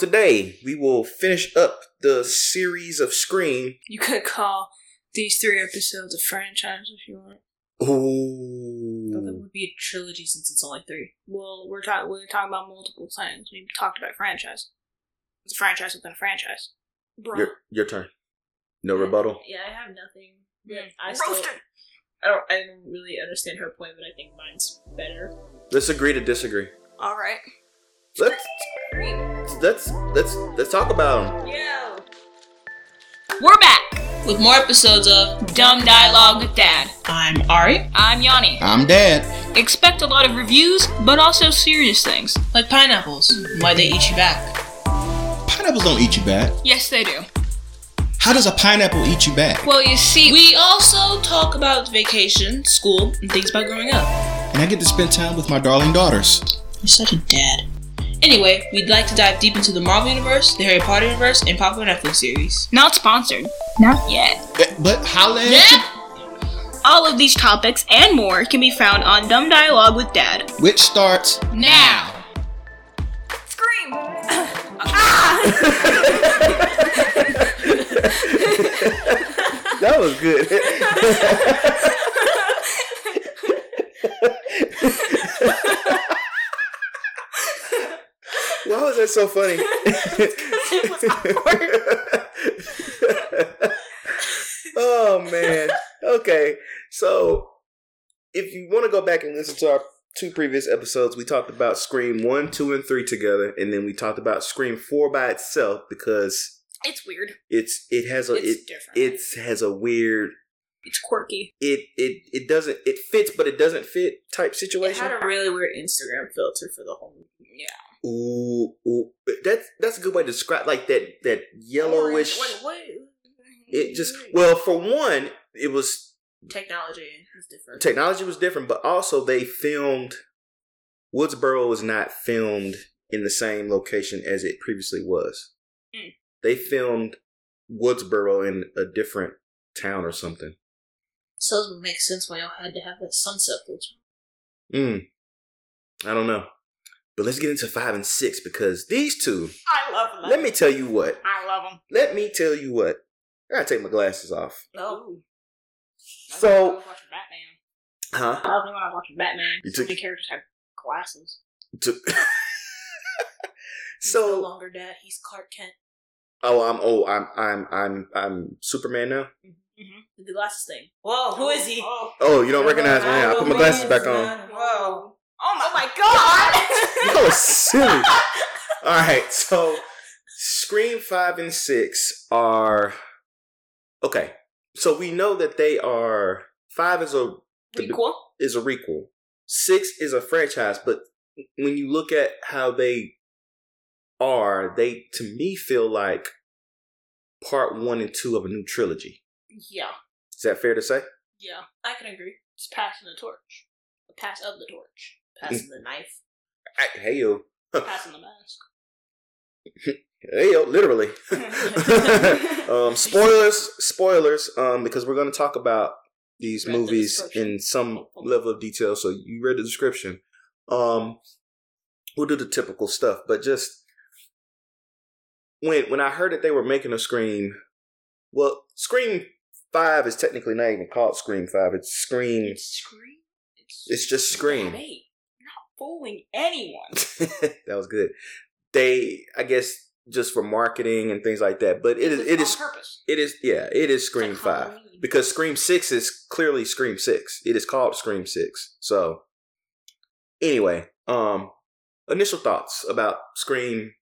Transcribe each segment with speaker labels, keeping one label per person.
Speaker 1: Today, we will finish up the series of Scream.
Speaker 2: You could call these three episodes a franchise if you want. But that
Speaker 1: Ooh.
Speaker 2: would be a trilogy since it's only three. Well, we're talking we're talking about multiple things. We talked about franchise. It's a franchise within a franchise. Bruh.
Speaker 1: Your, your turn. No rebuttal.
Speaker 3: Yeah, I have nothing.
Speaker 2: Mm.
Speaker 3: I still, I don't. I don't really understand her point, but I think mine's better.
Speaker 1: Let's agree to disagree.
Speaker 2: All right.
Speaker 1: Let's let's let's let's talk about 'em.
Speaker 3: Yeah.
Speaker 2: We're back with more episodes of Dumb Dialogue with Dad.
Speaker 3: I'm Ari.
Speaker 2: I'm Yanni.
Speaker 4: I'm dead.
Speaker 2: Expect a lot of reviews, but also serious things.
Speaker 3: Like pineapples, why they eat you back?
Speaker 4: Pineapples don't eat you back.
Speaker 2: Yes, they do.
Speaker 4: How does a pineapple eat you back?
Speaker 2: Well, you see,
Speaker 3: We also talk about vacation, school, and things about growing up.
Speaker 4: And I get to spend time with my darling daughters.
Speaker 3: You're such a dad. Anyway, we'd like to dive deep into the Marvel universe, the Harry Potter universe, and popular Netflix series.
Speaker 2: not sponsored. Not yet.
Speaker 4: Eh, But holla at you-
Speaker 2: All of these topics and more can be found on Dumb Dialogue with Dad.
Speaker 4: which starts
Speaker 2: Now! Scream! ah!
Speaker 1: That was good. Why was that so funny? oh man. Okay. So if you want to go back and listen to our two previous episodes, we talked about Scream 1, 2, and 3 together, and then we talked about Scream 4 by itself because
Speaker 2: It's weird.
Speaker 1: it's it has a
Speaker 2: It's
Speaker 1: it,
Speaker 2: different.
Speaker 1: it has a weird
Speaker 2: It's quirky.
Speaker 1: it it it doesn't it fits but it doesn't fit type
Speaker 3: It
Speaker 1: situation.
Speaker 3: had a really weird Instagram filter for the whole movie.
Speaker 1: Ooh, ooh, that's that's a good way to describe like that that yellowish.
Speaker 3: What, what,
Speaker 1: It just well for one it was
Speaker 3: technology is different.
Speaker 1: technology was different, but also they filmed Woodsboro was not filmed in the same location as it previously was.
Speaker 3: Hmm.
Speaker 2: Mm.
Speaker 1: They filmed Woodsboro in a different town or something.
Speaker 3: so it doesn't make sense why y'all had to have that sunset filter.
Speaker 1: Mm. I don't know. But let's get into five and six because these two,
Speaker 3: I love
Speaker 1: let me tell you what.
Speaker 2: I love them.
Speaker 1: Let me tell you what. I gotta take my glasses off.
Speaker 3: No.
Speaker 1: So-
Speaker 2: watching Batman.
Speaker 1: Huh?
Speaker 2: I love them when I was watching Batman.
Speaker 1: You
Speaker 2: So
Speaker 1: took-
Speaker 2: many characters have glasses.
Speaker 1: To-
Speaker 3: He's no
Speaker 1: so,
Speaker 3: longer dad. He's Clark Kent.
Speaker 1: oh, I'm, oh, I'm, I'm, I'm, I'm Superman now.
Speaker 3: Did the glasses thing. Whoa, who is he? Oh,
Speaker 1: Oh, you don't recognize me now. I put my glasses back on.
Speaker 3: Whoa. Oh my, god!
Speaker 1: That was silly. All right, so Scream 5 and 6 are. Okay, so we know that they are. 5 is a
Speaker 2: Prequel?
Speaker 1: is a requel, 6 is a franchise, but when you look at how they are, they to me feel like part 1 and 2 of a new trilogy.
Speaker 3: yeah,
Speaker 1: Is that fair to say?
Speaker 3: yeah, I can agree.
Speaker 2: It's passing the torch. The pass of the torch.
Speaker 3: Passing
Speaker 1: Mm.
Speaker 3: the knife.
Speaker 1: I, hey, yo.
Speaker 2: Passing the mask.
Speaker 1: Hey, yo, literally. um, spoilers, spoilers, um, because we're going to talk about these
Speaker 3: Read the
Speaker 1: movies
Speaker 3: description.
Speaker 1: in some level of detail. So you read the description. Um, we'll do the typical stuff, but just when when I heard that they were making a Scream, well, Scream Five is technically not even called Scream Five. It's Scream.
Speaker 2: It's Scream. It's,
Speaker 1: It's just Scream.
Speaker 2: Hey, you're not fooling anyone.
Speaker 1: that was good. They, I guess, just for marketing and things like that. But it is, it
Speaker 2: on
Speaker 1: is,
Speaker 2: purpose.
Speaker 1: it is, yeah, it is Scream
Speaker 3: like
Speaker 1: Five
Speaker 3: Halloween.
Speaker 1: because Scream Six is clearly Scream Six. It is called Scream Six. So, anyway, um, initial thoughts about Scream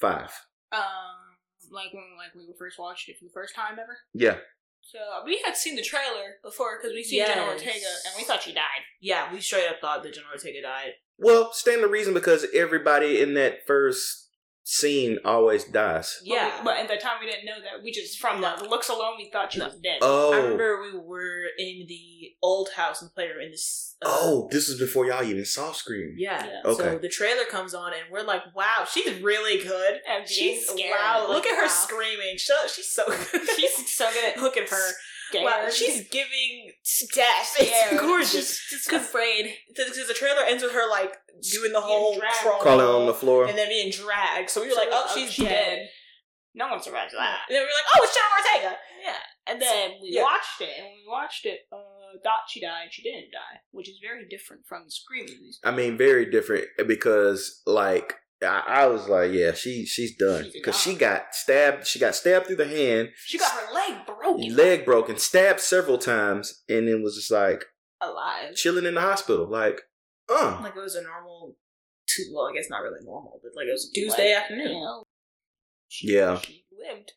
Speaker 1: Five.
Speaker 2: Um, like when like we first watched it for the first time ever.
Speaker 1: Yeah,
Speaker 2: So we had seen the trailer before because we seen Jenna
Speaker 3: Yes.
Speaker 2: Ortega and we thought she died.
Speaker 3: Yeah, we straight up thought that General Ortega died.
Speaker 1: well, stand the reason because everybody in that first scene always dies.
Speaker 2: But we- but, at that time we didn't know that. We just from
Speaker 3: No.
Speaker 2: the looks alone we thought she
Speaker 3: No.
Speaker 2: was dead.
Speaker 3: I
Speaker 1: Oh,
Speaker 3: remember uh, we were in the old house and played. We were in this. uh,
Speaker 1: oh, this is before y'all even saw Scream.
Speaker 3: Yeah.
Speaker 2: Yeah.
Speaker 1: Okay.
Speaker 3: So the trailer comes on and we're like, "Wow, she's really good.
Speaker 2: and being
Speaker 3: She's
Speaker 2: scared.
Speaker 3: loud. Look
Speaker 2: Like,
Speaker 3: at her
Speaker 2: wow.
Speaker 3: screaming. Shut up. She's so good.
Speaker 2: She's so good at
Speaker 3: Look at her. Wow,
Speaker 2: Damn.
Speaker 3: she's giving
Speaker 2: death.
Speaker 3: It's gorgeous.
Speaker 2: She's
Speaker 3: Cause-
Speaker 2: just afraid.
Speaker 3: because the trailer ends with her like doing the
Speaker 2: Being
Speaker 3: whole
Speaker 2: dragged.
Speaker 3: crawl
Speaker 1: Crawling on the floor.
Speaker 3: and then being dragged. So we were like,
Speaker 2: So,
Speaker 3: oh, she's
Speaker 2: she
Speaker 3: dead.
Speaker 2: No one survives that.
Speaker 3: And then we were like, oh, it's Jenna Ortega.
Speaker 2: Yeah. And then we
Speaker 3: Yeah.
Speaker 2: watched it, and when we watched it, uh, thought she died, she didn't die, which is very different from the Scream movies.
Speaker 1: I mean, very different eh, because like I, I was like, yeah, she she's done
Speaker 2: She's
Speaker 1: because she
Speaker 2: gone.
Speaker 1: got stabbed. She got stabbed through the hand,
Speaker 2: She got her leg broken
Speaker 1: leg broken, stabbed several times, and then was just like
Speaker 2: alive.
Speaker 1: chilling in the hospital. Like, uh,
Speaker 3: Like it was a normal, two, well, I guess not really normal, but like it was a
Speaker 2: Tuesday
Speaker 3: Tuesday
Speaker 2: You
Speaker 3: afternoon.
Speaker 2: know, she,
Speaker 1: Yeah.
Speaker 2: She lived.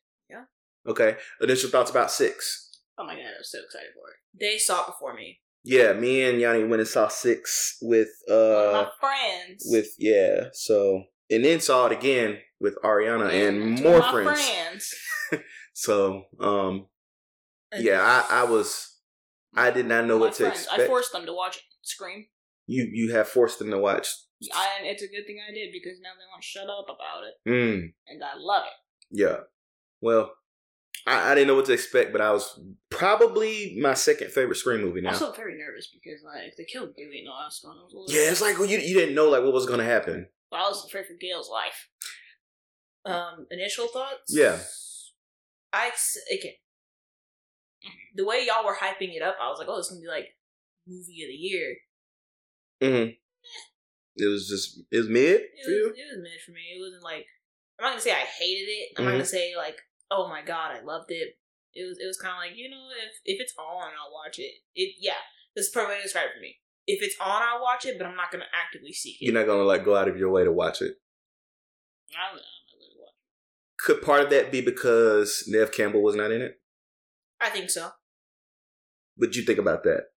Speaker 1: okay. Initial thoughts about six.
Speaker 2: Oh my god, I was so excited for it.
Speaker 3: They saw it before me.
Speaker 1: Yeah, me and Yanni went and saw six with uh
Speaker 2: my friends.
Speaker 1: with yeah. So and then saw it again with Ariana uh, and more
Speaker 2: my
Speaker 1: friends. So um, yeah, I, I was. I did not know
Speaker 2: My
Speaker 1: what to
Speaker 2: friends.
Speaker 1: expect.
Speaker 2: I forced them to watch Scream.
Speaker 1: you you have forced them to watch.
Speaker 2: I, and it's a good thing I did because now they won't shut up about it,
Speaker 1: Mm.
Speaker 2: and I love it.
Speaker 1: Yeah. Well, I, I didn't know what to expect, but I was probably my second favorite screen movie now.
Speaker 2: I'm also very nervous because like they killed Dewey and all that stuff. I was a little-
Speaker 1: yeah, it's like well, you you didn't know like what was gonna happen.
Speaker 2: I was afraid for Gail's life.
Speaker 3: Um, initial thoughts?
Speaker 1: Yeah.
Speaker 3: I, s- again, the way y'all were hyping it up, I was like, oh, it's gonna be like movie of the year.
Speaker 1: Mm-hmm. It was just it was mid.
Speaker 3: It
Speaker 1: for you?
Speaker 3: was, it was mid for me. It wasn't like I'm not gonna say I hated it. I'm not
Speaker 1: Mm-hmm.
Speaker 3: gonna say like oh my god I loved it. It was it was kind of like you know if if it's on I'll watch it. It yeah this is the perfect way to describe it for me. If it's on I'll watch it, but I'm not gonna actively seek it.
Speaker 1: You're not gonna like go out of your way to watch it.
Speaker 2: I don't know. I'm not gonna watch it.
Speaker 1: Could part of that be because Nev Campbell was not in it?
Speaker 3: I think so.
Speaker 1: What'd you think about that?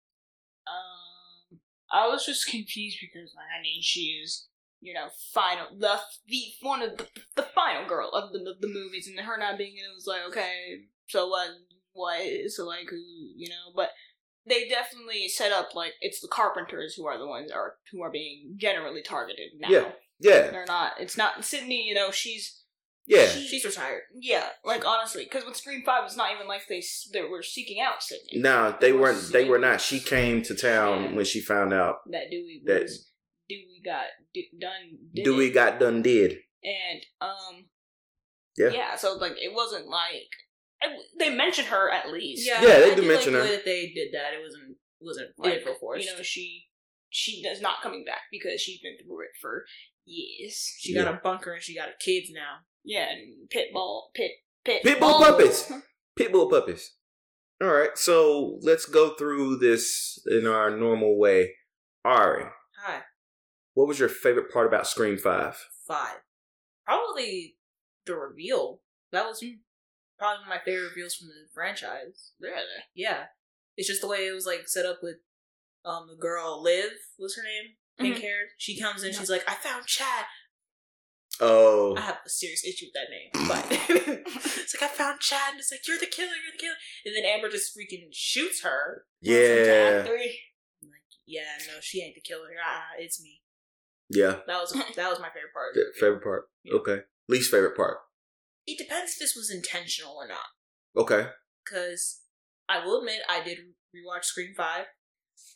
Speaker 2: Um, I was just confused because like I mean she is you know final the the one of the, the final girl of the of the movies and her not being in it was like okay so what what so like who you know but they definitely set up like it's the carpenters who are the ones are who are being generally targeted now
Speaker 1: Yeah. Yeah,
Speaker 2: they're not it's not Sydney you know she's
Speaker 1: yeah,
Speaker 2: She-
Speaker 3: She's retired.
Speaker 2: yeah like honestly because with Scream Five it's not even like they s- they were seeking out Sydney
Speaker 1: no, they weren't. They were not. She came to town when she found out
Speaker 2: that Dewey
Speaker 1: That-
Speaker 2: was Dewey got d- done. did
Speaker 1: Dewey
Speaker 2: it.
Speaker 1: got done did.
Speaker 2: and um
Speaker 1: Yeah.
Speaker 2: yeah. So like it wasn't like I, they mentioned her at least.
Speaker 1: Yeah, they
Speaker 3: I
Speaker 1: do
Speaker 3: did
Speaker 1: mention
Speaker 3: like the
Speaker 1: her.
Speaker 3: way that they did that. It wasn't wasn't
Speaker 2: Like,
Speaker 3: like, forced.
Speaker 2: you know she she is not coming back because she's been through it for years.
Speaker 3: she got a bunker and she got kids now.
Speaker 2: Yeah, and Pitbull, Pit, Pit,
Speaker 1: Pitbull puppets. Pitbull puppies. All right, so let's go through this in our normal way. Ari,
Speaker 3: Hi,
Speaker 1: what was your favorite part about Scream Five?
Speaker 3: five. Probably the reveal. That was probably one of my favorite reveals from the franchise.
Speaker 2: Really?
Speaker 3: Yeah. It's just the way it was like set up with um the girl Liv was her name. Pink
Speaker 2: Mhm.
Speaker 3: haired. She comes in, she's like, I found Chad.
Speaker 1: Oh,
Speaker 3: I have a serious issue with that name. But it's like I found Chad and it's like, You're the killer, you're the killer and then Amber just freaking shoots her.
Speaker 1: yeah,
Speaker 2: Three.
Speaker 3: Yeah, no, she ain't the killer. Ah, it's me.
Speaker 1: yeah.
Speaker 3: That was that was my favorite part.
Speaker 1: Fa-
Speaker 3: of the review.
Speaker 1: Favorite part. Okay. Least favorite part.
Speaker 3: It depends if this was intentional or not.
Speaker 1: Okay.
Speaker 3: because I will admit I did rewatch Scream Five.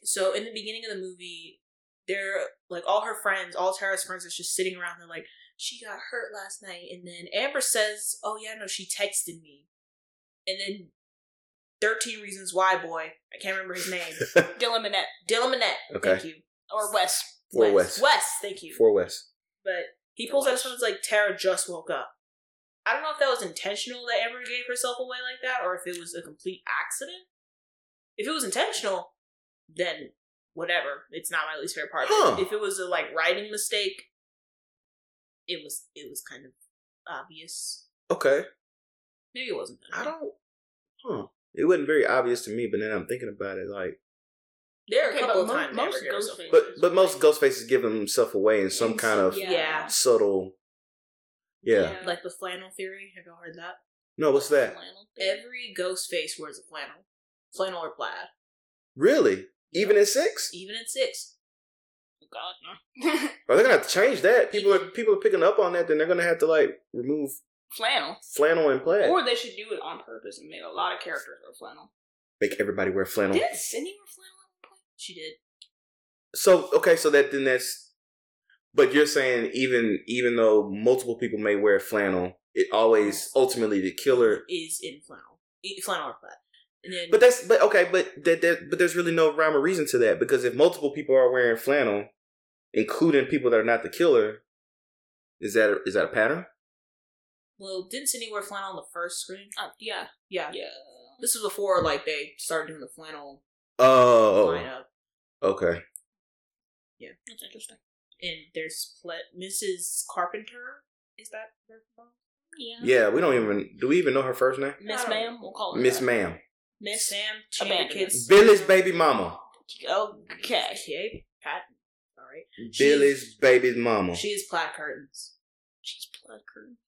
Speaker 3: So in the beginning of the movie, they're like all her friends, all Tara's friends, is just sitting around. They're like, "She got hurt last night," and then Amber says, "Oh yeah, no, she texted me," and then Thirteen Reasons Why boy, I can't remember his name,
Speaker 2: Dylan Minnette
Speaker 3: Dylan Minnette.
Speaker 1: Okay.
Speaker 3: Thank you,
Speaker 2: or Wes.
Speaker 1: Four West.
Speaker 3: West. West, thank you.
Speaker 1: Four West.
Speaker 3: But he pulls out his phone and is like, Tara just woke up. I don't know if that was intentional that Amber gave herself away like that or if it was a complete accident. If it was intentional, then whatever. It's not my least favorite part. But
Speaker 1: Huh.
Speaker 3: If it was a like writing mistake, it was it was kind of obvious.
Speaker 1: Okay.
Speaker 3: Maybe it wasn't.
Speaker 1: I don't. Huh. It wasn't very obvious to me, but then I'm thinking about it. Like,
Speaker 3: There are
Speaker 2: Okay,
Speaker 3: a couple of
Speaker 2: but mo-
Speaker 3: times Amber
Speaker 2: most
Speaker 3: gave herself
Speaker 2: Ghostface-
Speaker 3: away.
Speaker 1: but but most ghost faces give themselves away in some kind of
Speaker 2: Yeah.
Speaker 3: Yeah.
Speaker 1: subtle. Yeah.
Speaker 2: Yeah.
Speaker 3: like the flannel theory. Have y'all heard that?
Speaker 1: No, what's that?
Speaker 3: Every ghost face wears a flannel, flannel or plaid,
Speaker 1: Really? Even in six?
Speaker 3: even in six.
Speaker 2: Oh, God, no.
Speaker 1: Are they gonna have to change that? People are people are picking up on that. Then they're gonna have to like remove
Speaker 2: flannel.
Speaker 1: flannel and plaid.
Speaker 2: Or they should do it on purpose and make a lot of characters wear flannel.
Speaker 1: make everybody wear flannel.
Speaker 2: Did Cindy wear flannel at one point?
Speaker 3: She did.
Speaker 1: So okay, so that then that's. But you're saying even even though multiple people may wear flannel, it always ultimately the killer.
Speaker 3: Is in flannel, E- flannel or plaid, and then
Speaker 1: But that's but okay, but that, that but there's really no rhyme or reason to that because if multiple people are wearing flannel, including people that are not the killer, is that a, is that a pattern?
Speaker 3: well, didn't Cindy wear flannel on the first screen?
Speaker 2: Uh, yeah.
Speaker 3: Yeah.
Speaker 2: Yeah.
Speaker 3: This was before like they started doing the flannel
Speaker 1: Oh,
Speaker 3: lineup,
Speaker 1: okay.
Speaker 2: That's interesting.
Speaker 3: and there's ple- Mrs. Carpenter. Is that her name?
Speaker 2: Yeah.
Speaker 1: Yeah, we don't even do we even know her first name?
Speaker 2: Miss Ma'am, we'll call her.
Speaker 1: Miss
Speaker 2: that.
Speaker 1: Ma'am,
Speaker 2: Miss
Speaker 3: Sam
Speaker 2: Abandoned.
Speaker 3: Chandler's
Speaker 1: Billy's baby mama,
Speaker 2: Okay.
Speaker 3: Okay, Patton. All right.
Speaker 1: Billy's baby mama.
Speaker 3: She is plaid curtains.
Speaker 2: She's blood curtain.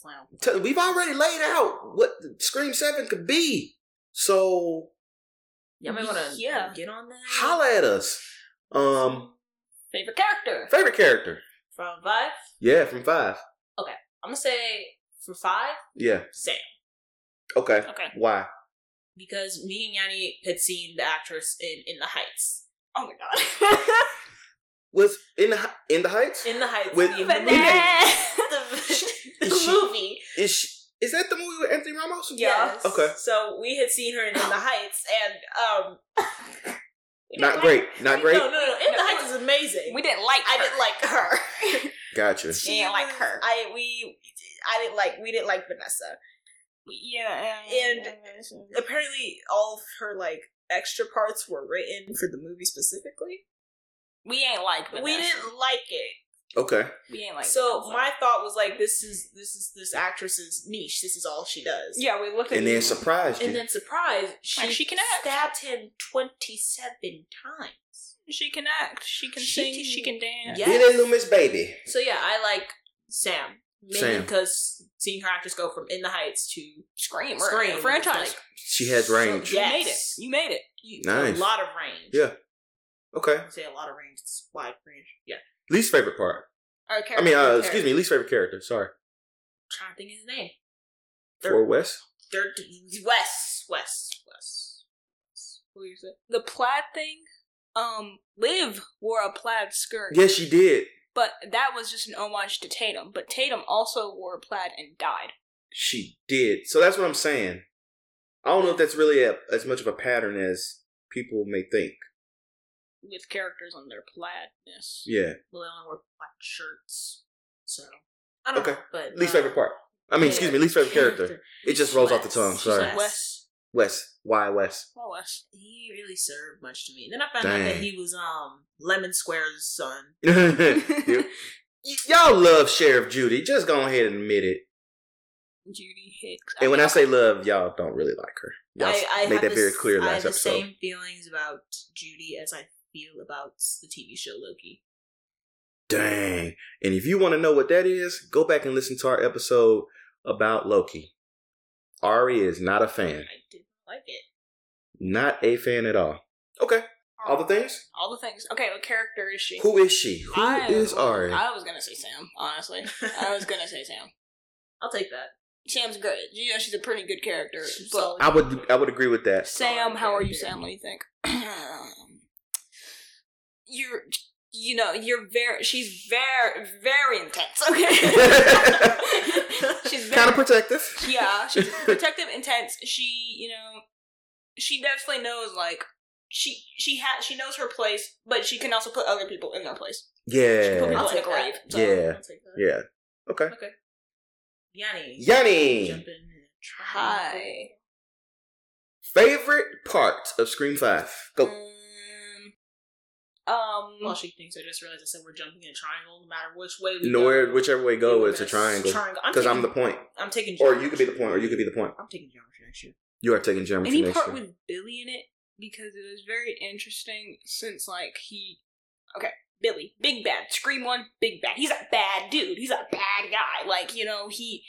Speaker 3: Flannel.
Speaker 1: Tell- We've already laid out what the Scream Seven could be, so
Speaker 3: Y'all may want to
Speaker 2: Yeah.
Speaker 3: get on that.
Speaker 1: holla at us. Um,
Speaker 2: Favorite character?
Speaker 1: favorite character?
Speaker 3: From five,
Speaker 1: Yeah, from five.
Speaker 3: I'm gonna say for five,
Speaker 1: Yeah,
Speaker 3: Sam,
Speaker 1: okay.
Speaker 2: Okay.
Speaker 1: Why?
Speaker 3: because me and Yanni had seen the actress in In the Heights.
Speaker 2: Oh my god.
Speaker 1: Was in the Hi- in the Heights?
Speaker 3: In the Heights,
Speaker 1: With-
Speaker 3: the,
Speaker 1: But
Speaker 3: movie. the,
Speaker 1: Is she-
Speaker 3: movie.
Speaker 1: Is she, is that the movie with Anthony Ramos?
Speaker 3: Yes.
Speaker 1: Okay.
Speaker 3: So we had seen her in In the Heights, and um,
Speaker 1: Not great. Not great.
Speaker 3: No, no, no. In
Speaker 2: No,
Speaker 3: the
Speaker 2: we-
Speaker 3: Heights is amazing.
Speaker 2: we didn't like
Speaker 3: I
Speaker 2: her.
Speaker 3: didn't like her.
Speaker 1: Gotcha.
Speaker 2: She didn't like her.
Speaker 3: I we I didn't like we didn't like Vanessa.
Speaker 2: Yeah.
Speaker 3: And- apparently all of her like extra parts were written for the movie specifically.
Speaker 2: we ain't like Vanessa.
Speaker 3: We didn't like it.
Speaker 1: Okay.
Speaker 2: We ain't like
Speaker 3: so
Speaker 2: Vanessa.
Speaker 3: my thought was like this is this is this actress's niche. This is all she does.
Speaker 2: Yeah, we looked at
Speaker 1: And then surprised you.
Speaker 3: And then surprise, she,
Speaker 2: And she can act.
Speaker 3: stabbed him twenty seven times.
Speaker 2: She can act. She can
Speaker 3: She
Speaker 2: sing.
Speaker 3: can-
Speaker 2: she can dance.
Speaker 3: Yeah.
Speaker 1: Billy Loomis baby.
Speaker 3: So yeah, I like Sam. Mainly
Speaker 1: Sam.
Speaker 3: because seeing her actress go from In the Heights to
Speaker 2: Scream.
Speaker 3: Scream,
Speaker 2: Scream. Franchise.
Speaker 3: like-
Speaker 1: She has range.
Speaker 2: you made it.
Speaker 3: Yes.
Speaker 2: You made it.
Speaker 3: you,
Speaker 1: Nice.
Speaker 3: a lot of range.
Speaker 1: Yeah. Okay.
Speaker 3: I say a lot of range, it's wide range. Yeah.
Speaker 1: Least favorite part.
Speaker 2: Our
Speaker 1: I mean, uh, excuse me. Least favorite character. Sorry.
Speaker 3: trying to think of his name. Third-
Speaker 1: Or West.
Speaker 3: Third Wes. Wes. Wes.
Speaker 2: What you say? The plaid thing. Um, Liv wore a plaid skirt.
Speaker 1: Yes, she did.
Speaker 2: But that was just an homage to Tatum. But Tatum also wore plaid and died.
Speaker 1: She did. So that's what I'm saying. I don't know if that's really a, as much of a pattern as people may think.
Speaker 2: With characters on their plaidness.
Speaker 1: Yeah.
Speaker 3: Well, they only wore black shirts. So. I don't
Speaker 1: Okay.
Speaker 3: know. But,
Speaker 1: Least
Speaker 3: uh,
Speaker 1: favorite part. I mean, excuse me. Least favorite character. It just rolls off the tongue.
Speaker 3: Wes.
Speaker 1: Sorry.
Speaker 3: Wes.
Speaker 2: Wes.
Speaker 1: Wes. Why Wes?
Speaker 2: Well, Wes.
Speaker 3: He really served much to me. Then I found out
Speaker 1: Dang.
Speaker 3: that he was um Lemon Square's son.
Speaker 1: You- Y'all love Sheriff Judy. Just go ahead and admit it.
Speaker 2: Judy Hicks.
Speaker 1: And when I say love, y'all don't really like her. Y'all
Speaker 3: I, I
Speaker 1: made
Speaker 3: have
Speaker 1: that very
Speaker 3: the s-
Speaker 1: clear
Speaker 3: I
Speaker 1: last
Speaker 3: have the
Speaker 1: episode.
Speaker 3: same feelings about Judy as I feel about the TV show Loki.
Speaker 1: Dang. And if you want to know what that is, go back and listen to our episode about Loki. Ari is not a fan.
Speaker 3: I didn't like it.
Speaker 1: Not a fan at all. Okay. All the things?
Speaker 2: Um, All the things. Okay, what character is she?
Speaker 1: Who is she? Who is
Speaker 2: I-
Speaker 1: Ari?
Speaker 2: I was gonna say Sam, honestly. I was gonna say Sam.
Speaker 3: I'll take that.
Speaker 2: Sam's good. You know, she's a pretty good character.
Speaker 3: She's
Speaker 2: But
Speaker 3: solid.
Speaker 1: I would I would agree with that.
Speaker 2: Sam,
Speaker 3: Solid
Speaker 2: how are you,
Speaker 3: character.
Speaker 2: Sam? What do you think? you're, you know, you're very. She's very, very intense. Okay. she's
Speaker 1: Kind
Speaker 2: very.
Speaker 1: of protective.
Speaker 2: yeah, she's protective, intense. She, you know, she definitely knows like. She she has she knows her place, but she can also put other people in their place. She put
Speaker 1: Yeah.
Speaker 2: people
Speaker 3: I'll
Speaker 2: in a
Speaker 3: take
Speaker 2: grave.
Speaker 3: that.
Speaker 2: so-
Speaker 1: Yeah.
Speaker 3: I'll take that.
Speaker 1: Yeah. Okay.
Speaker 3: Yanni.
Speaker 1: Yanni.
Speaker 3: Jump in and try.
Speaker 2: Hi.
Speaker 1: Favorite part of Scream 5? Go.
Speaker 2: Um. Mm, um,
Speaker 3: Well, she thinks I just realized I said we're jumping in a triangle, no matter which way
Speaker 2: Mm,
Speaker 3: we
Speaker 1: Nowhere,
Speaker 3: go.
Speaker 1: whichever way
Speaker 3: Yeah,
Speaker 1: go,
Speaker 3: we're
Speaker 1: it's a
Speaker 3: gonna-
Speaker 1: triangle.
Speaker 3: Triangle.
Speaker 1: Because I'm the
Speaker 3: taking-
Speaker 1: point.
Speaker 3: I'm taking.
Speaker 1: Or
Speaker 3: geometry.
Speaker 1: you could be the point, or you could be the point.
Speaker 3: I'm taking geometry next year.
Speaker 1: You are taking Jeremy
Speaker 2: any
Speaker 1: for next
Speaker 2: part
Speaker 1: year.
Speaker 2: with Billy in it because it was very interesting since like he okay Billy big bad scream one big bad he's a bad dude he's a bad guy like you know he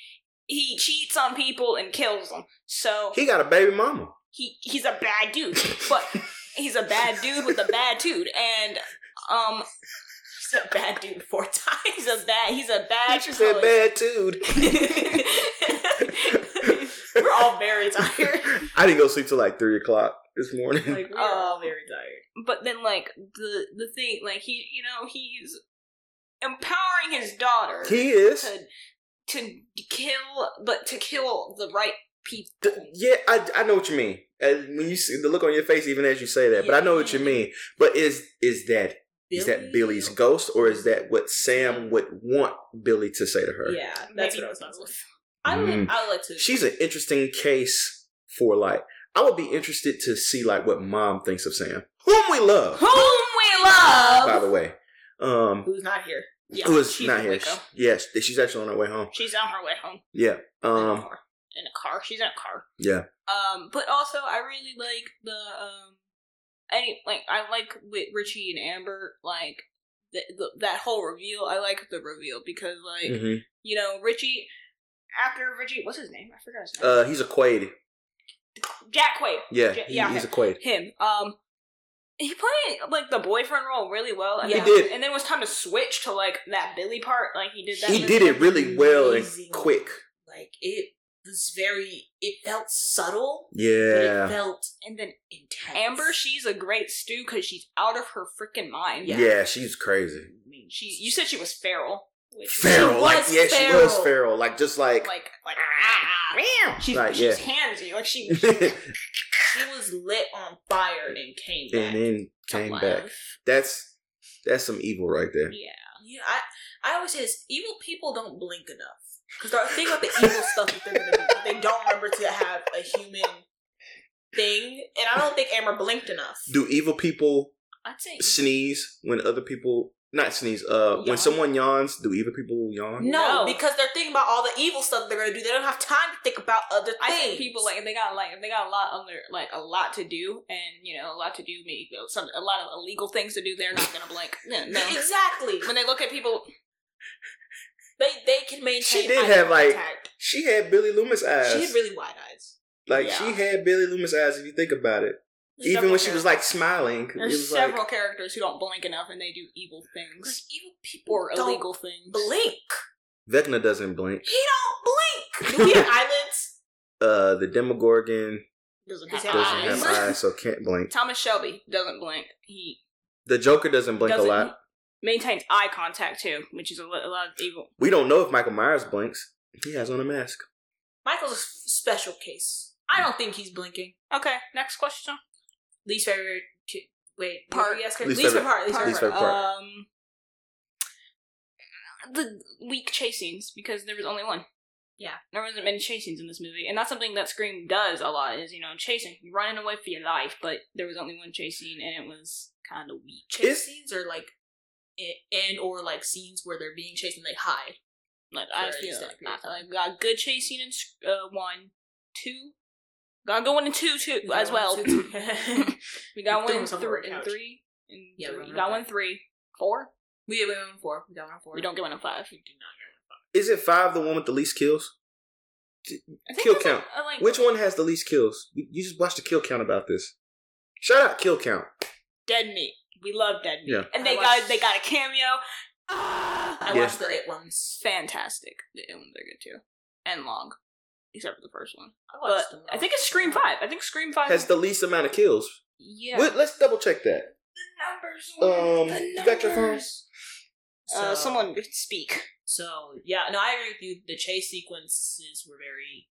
Speaker 2: he cheats on people and kills them so
Speaker 1: he got a baby mama.
Speaker 2: he he's a bad dude but he's a bad dude with a bad dude and um
Speaker 3: He's a bad dude four times.
Speaker 2: he's a bad he's a bad
Speaker 1: She said
Speaker 2: color.
Speaker 1: bad dude.
Speaker 3: We're all very tired.
Speaker 1: I didn't go to sleep till like three o'clock this morning.
Speaker 3: Like we are all
Speaker 2: Um,
Speaker 3: very tired.
Speaker 2: but then like the the thing like he you know he's empowering his daughter
Speaker 1: he is.
Speaker 2: to to kill but to kill the right people
Speaker 1: D- Yeah, I, I know what you mean. And when you see the look on your face, even as you say that, but I know what you mean. But is is that is that Billy's ghost, or is that what Sam would want Billy to say to her?
Speaker 3: Yeah, that's
Speaker 2: Maybe
Speaker 3: what I was talking about. I would,
Speaker 1: Mm.
Speaker 3: I would like to.
Speaker 1: She's an interesting case for like. I would be interested to see like what mom thinks of Sam, whom we love,
Speaker 2: whom we
Speaker 1: by
Speaker 2: love
Speaker 1: the way. Um,
Speaker 3: who's not here.
Speaker 2: yeah,
Speaker 1: who was
Speaker 2: she's
Speaker 1: not
Speaker 2: in
Speaker 1: here?
Speaker 2: Waco.
Speaker 1: Yes, she's actually on her way home.
Speaker 2: she's on her way home
Speaker 1: Yeah.
Speaker 2: in, a
Speaker 1: Um.
Speaker 2: car. in a car she's in a car
Speaker 1: Yeah.
Speaker 2: um but also i really like the um any like i like with richie and amber like the, the, that whole reveal i like the reveal because like
Speaker 1: hmm
Speaker 2: you know, Richie. After Richie, what's his name? I forgot his name.
Speaker 1: Uh, he's a Quaid.
Speaker 2: Jack Quaid.
Speaker 1: Yeah.
Speaker 2: J-
Speaker 1: he-
Speaker 2: yeah,
Speaker 1: He's a Quaid.
Speaker 2: Him. Um, he played like the boyfriend role really well. And
Speaker 1: He
Speaker 2: then,
Speaker 1: did.
Speaker 2: And then it was time to switch to like that Billy part. Like he did that.
Speaker 1: He
Speaker 2: really
Speaker 1: did it really well and
Speaker 3: amazing.
Speaker 1: quick.
Speaker 3: Like it was very. It felt subtle. But it
Speaker 1: Yeah.
Speaker 3: felt
Speaker 2: And then
Speaker 3: intense.
Speaker 2: Amber, she's a great stew because she's out of her freaking mind.
Speaker 1: yeah. she's crazy.
Speaker 2: I mean, she. You said she was feral. Which
Speaker 1: Feral, like
Speaker 3: was
Speaker 1: yeah, she was
Speaker 3: feral.
Speaker 1: feral, like just like,
Speaker 2: Like like ah, ah. She,
Speaker 1: Like,
Speaker 2: she's handsy. Like she. she
Speaker 1: and
Speaker 3: she was lit on fire and came back.
Speaker 1: then came back. That's that's some evil right there.
Speaker 2: Yeah.
Speaker 3: Yeah, I I always say this: evil people don't blink enough because the thing about the evil stuff that they're gonna do, they don't remember to have a human thing, and I don't think Amber blinked enough.
Speaker 1: Do evil people
Speaker 2: I'd say.
Speaker 1: sneeze when other people not sneeze? Uh, when
Speaker 2: Yawn.
Speaker 1: someone yawns, do evil people yawn?
Speaker 2: No.
Speaker 3: no, because they're thinking about all the evil stuff they're gonna do. They don't have time to think about other things.
Speaker 2: I think people like they got like they got a lot on their like a lot to do and you know a lot to do maybe you know, some a lot of illegal things to do. They're not gonna blink. No, no.
Speaker 3: exactly.
Speaker 2: When they look at people,
Speaker 3: They they can maintain.
Speaker 1: She did
Speaker 3: eye
Speaker 1: have, like,
Speaker 3: contact.
Speaker 1: She had Billy Loomis eyes.
Speaker 3: she had really wide eyes.
Speaker 1: like
Speaker 2: yeah.
Speaker 1: she had Billy Loomis eyes. If you think about it,
Speaker 2: There's
Speaker 1: even when
Speaker 2: several
Speaker 1: she was like smiling, it
Speaker 2: there's
Speaker 1: was like
Speaker 2: several characters who don't blink enough and they do evil things
Speaker 3: Evil people
Speaker 2: or
Speaker 3: don't
Speaker 2: illegal things.
Speaker 3: Blink.
Speaker 1: Vecna doesn't blink.
Speaker 3: He don't blink. Do we have eyelids?
Speaker 1: Uh, the Demogorgon
Speaker 2: Doesn't have
Speaker 3: Doesn't
Speaker 1: doesn't
Speaker 2: eyes.
Speaker 1: have eyes, so can't blink.
Speaker 2: Thomas Shelby doesn't blink. He
Speaker 1: The Joker doesn't blink
Speaker 2: doesn't
Speaker 1: a lot.
Speaker 2: maintains eye contact too, which is a, lo- a lot of evil.
Speaker 1: We don't know if Michael Myers blinks. He has on a mask.
Speaker 3: Michael's a s- special case. I don't think he's blinking.
Speaker 2: Okay, next question.
Speaker 3: Least favorite. ki- Wait,
Speaker 2: Part.
Speaker 3: Yes, least,
Speaker 1: Least
Speaker 3: least favorite
Speaker 1: favorite.
Speaker 3: part. Least
Speaker 2: part,
Speaker 3: favorite
Speaker 1: Least
Speaker 3: part.
Speaker 1: favorite part.
Speaker 2: Um, the weak chase scenes because there was only one.
Speaker 3: Yeah.
Speaker 2: there wasn't many chase scenes in this movie, and that's something that Scream does a lot is you know chasing, running away for your life. But there was only one chase scene, and it was kind of weak.
Speaker 3: Chase
Speaker 1: It's-
Speaker 3: scenes are like, i- and or like scenes where they're being chased and they hide.
Speaker 2: Like I
Speaker 3: For an
Speaker 2: feel
Speaker 3: extended period
Speaker 2: like
Speaker 3: of time.
Speaker 2: we got good chase scene in Sc- uh, one, two. Got going in two two as well. we got
Speaker 3: You
Speaker 2: one
Speaker 3: threw
Speaker 2: in,
Speaker 3: us on the
Speaker 2: thre- in
Speaker 3: couch.
Speaker 2: three. In
Speaker 3: Yeah, we
Speaker 2: three.
Speaker 3: were
Speaker 2: got
Speaker 3: okay.
Speaker 2: one in three. Four.
Speaker 3: we we went on four. We got one on four.
Speaker 2: We don't get one in five.
Speaker 3: We do not get
Speaker 1: Is it five the one with the least kills?
Speaker 2: I think
Speaker 1: Kill
Speaker 2: there's, like,
Speaker 1: count.
Speaker 2: a, like,
Speaker 1: Which one has the least kills? You you just watched the kill count about this. Shout out kill count.
Speaker 2: Dead Meat. We love Dead Meat.
Speaker 1: Yeah.
Speaker 2: And they
Speaker 3: I
Speaker 2: got
Speaker 3: watched-
Speaker 2: they got a cameo. Ah!
Speaker 3: one. I
Speaker 1: Yeah.
Speaker 3: watched the it ones.
Speaker 2: Fantastic. The other ones are good too. And long. Except for the first one.
Speaker 3: I
Speaker 2: But
Speaker 3: watched them all.
Speaker 2: I think it's Scream Five. I think Scream Five
Speaker 1: Has the least amount of kills.
Speaker 2: Yeah.
Speaker 1: Wait, let's double check that.
Speaker 2: numbers
Speaker 1: Um, you got your phone?
Speaker 2: Uh,
Speaker 3: So-
Speaker 2: someone speak.
Speaker 3: So yeah, no, I agree with you. The chase sequences were very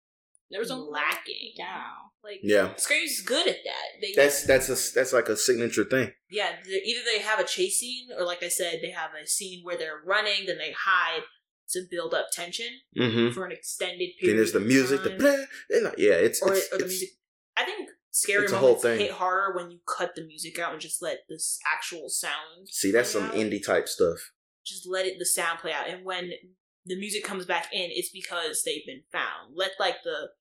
Speaker 2: There was a
Speaker 3: lacking.
Speaker 2: Yeah.
Speaker 3: Like
Speaker 1: Yeah,
Speaker 3: Scream's good at that. They
Speaker 1: that's that's a that's like a signature thing.
Speaker 3: yeah, they- either they have a chase scene or, like I said, they have a scene where they're running, then they hide to build up tension
Speaker 1: Mm-hmm.
Speaker 3: for an extended period.
Speaker 1: Then there's the
Speaker 3: of
Speaker 1: music, the
Speaker 3: time.
Speaker 1: blah, and like- yeah, it's
Speaker 3: or,
Speaker 1: it's,
Speaker 3: or the
Speaker 1: it's-
Speaker 3: music. I think scary
Speaker 1: it's a whole
Speaker 3: moments
Speaker 1: thing.
Speaker 3: hit harder when you cut the music out and just let this actual sound
Speaker 1: See, that's
Speaker 3: play
Speaker 1: some
Speaker 3: out.
Speaker 1: indie type stuff.
Speaker 3: Just let it the sound play out, and when the music comes back in, it's because they've been found. Let like the